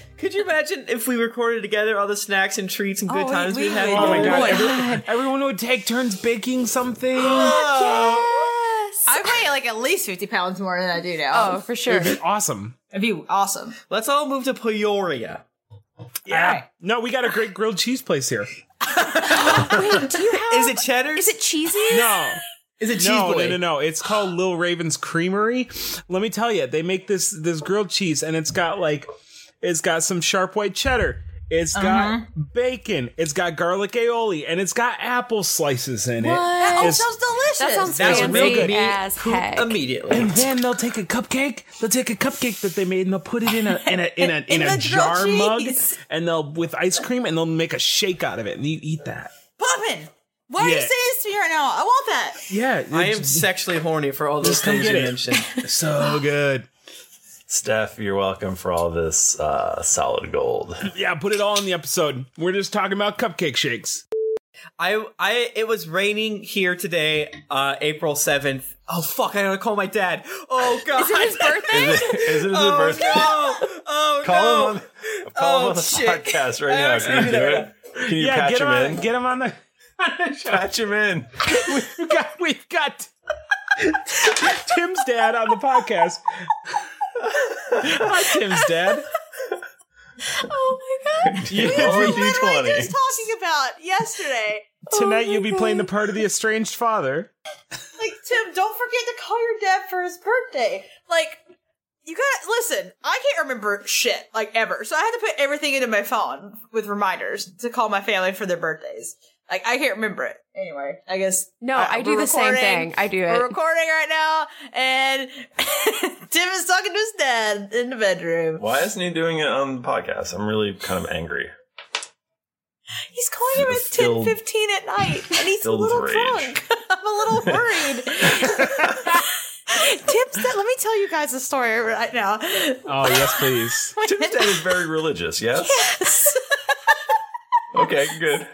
Speaker 5: imagine if we recorded together all the snacks and treats and good times we, had?
Speaker 2: Oh my god! every- everyone would take turns baking something.
Speaker 4: I weigh like at least 50 pounds more than I do now.
Speaker 2: It'd be awesome.
Speaker 4: It'd be awesome.
Speaker 5: Let's all move to Peoria.
Speaker 2: Yeah. Ah, no, we got a great grilled cheese place here.
Speaker 3: Wait, do you have?
Speaker 5: Is it cheddar? Is
Speaker 3: it cheesy?
Speaker 2: No.
Speaker 5: Is it cheese
Speaker 2: no,
Speaker 5: boy?
Speaker 2: No, no, no. It's called Lil Raven's Creamery. Let me tell you, they make this this grilled cheese, and it's got like, it's got some sharp white cheddar. It's
Speaker 4: Uh-huh.
Speaker 2: got bacon. It's got garlic aioli, and it's got apple slices in it.
Speaker 4: That all
Speaker 2: It's-
Speaker 4: sounds delicious.
Speaker 3: That sounds
Speaker 2: That's
Speaker 3: fancy
Speaker 2: real good.
Speaker 3: as heck.
Speaker 5: immediately.
Speaker 2: And then they'll take a cupcake. They'll take a cupcake that they made and they'll put it in a in a in a in,
Speaker 4: In
Speaker 2: a
Speaker 4: the grilled
Speaker 2: jar mug
Speaker 4: cheese.
Speaker 2: and they'll with ice cream and they'll make a shake out of it and you eat that.
Speaker 4: Poppin, why are you
Speaker 2: Yeah.
Speaker 4: saying this to me right now? I want that.
Speaker 2: Yeah,
Speaker 5: I am sexually horny for all those
Speaker 2: Just come
Speaker 5: things you
Speaker 2: get it.
Speaker 5: mentioned.
Speaker 2: so good.
Speaker 1: Steph, you're welcome for all this uh, solid gold.
Speaker 2: Yeah, put it all in the episode. We're just talking about cupcake shakes.
Speaker 5: I I it was raining here today, uh April 7th. Oh fuck, I gotta call my dad. Oh god.
Speaker 4: it his birthday?
Speaker 1: Is it, is it his
Speaker 5: oh,
Speaker 1: birthday?
Speaker 5: No. Oh
Speaker 1: Call
Speaker 5: no.
Speaker 1: him on, call him
Speaker 5: Oh,
Speaker 1: on the
Speaker 5: shit.
Speaker 1: podcast
Speaker 5: I
Speaker 1: right now.
Speaker 5: was
Speaker 1: Can you do
Speaker 5: thinking
Speaker 1: it? Can you
Speaker 2: yeah,
Speaker 1: patch
Speaker 2: get
Speaker 1: him
Speaker 2: on,
Speaker 1: in?
Speaker 2: Get him on the.
Speaker 1: patch him in.
Speaker 2: We've got, we've got Tim's dad on the podcast. Hi, Tim's dad.
Speaker 4: Oh my god.
Speaker 2: Yeah.
Speaker 4: We were
Speaker 2: Roll a
Speaker 4: literally
Speaker 2: D20.
Speaker 4: just talking about yesterday.
Speaker 2: Tonight
Speaker 4: Oh
Speaker 2: you'll be playing the part of the estranged father.
Speaker 4: Like, Tim, don't forget to call your dad for his birthday. Like, you gotta listen, I can't remember shit, like ever. So I had to put everything into my phone with reminders to call my family for their birthdays. Like I can't remember it. Anyway, I guess
Speaker 3: No,
Speaker 4: uh,
Speaker 3: I do
Speaker 4: we're
Speaker 3: the same thing. I do it.
Speaker 4: We're recording right now, and Tim is talking to his dad in the bedroom.
Speaker 1: Why isn't he doing it on the podcast? I'm really kind of angry.
Speaker 4: He's calling him at ten
Speaker 1: Filled-
Speaker 4: fifteen at night, and he's a
Speaker 1: filled with
Speaker 4: little
Speaker 1: rage.
Speaker 4: drunk. I'm a little worried. Tim's dad. Let me tell you guys a story right now.
Speaker 2: Oh yes, please.
Speaker 1: Tim's dad is very religious, yes? Okay, good.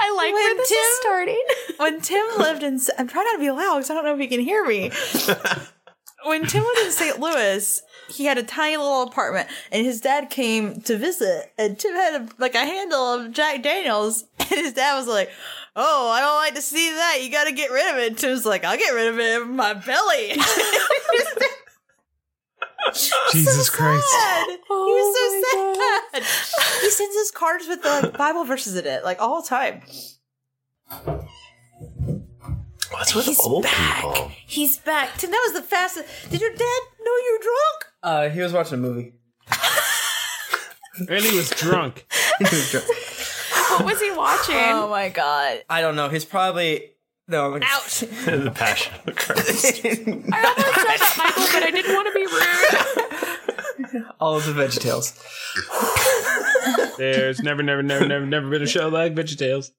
Speaker 3: I like where this is starting.
Speaker 4: when Tim lived in, I'm trying not to be loud because I don't know if he can hear me. when Tim lived in St. Louis, he had a tiny little apartment, and his dad came to visit, and Tim had a, like a handle of Jack Daniels, and his dad was like. Oh, I don't like to see that. You got to get rid of it. Tim's like, I'll get rid of it in my belly.
Speaker 2: Jesus Christ.
Speaker 4: sad.
Speaker 3: Oh
Speaker 4: he was so sad. He sends us cards with the Bible verses in it, like all the time.
Speaker 1: What's with old people?
Speaker 4: He's back. Tim, that was the fastest. Did your dad know you were drunk?
Speaker 5: Uh he was watching a movie.
Speaker 2: And he was drunk.
Speaker 3: What was he watching?
Speaker 4: Oh my god.
Speaker 5: I don't know. He's probably no, I'm gonna
Speaker 4: Ouch.
Speaker 1: the passion of the Christ.
Speaker 3: I almost said that, Michael, Oh, but I didn't want to be rude.
Speaker 5: all of the VeggieTales.
Speaker 2: There's never, never, never, never, never been a show like VeggieTales.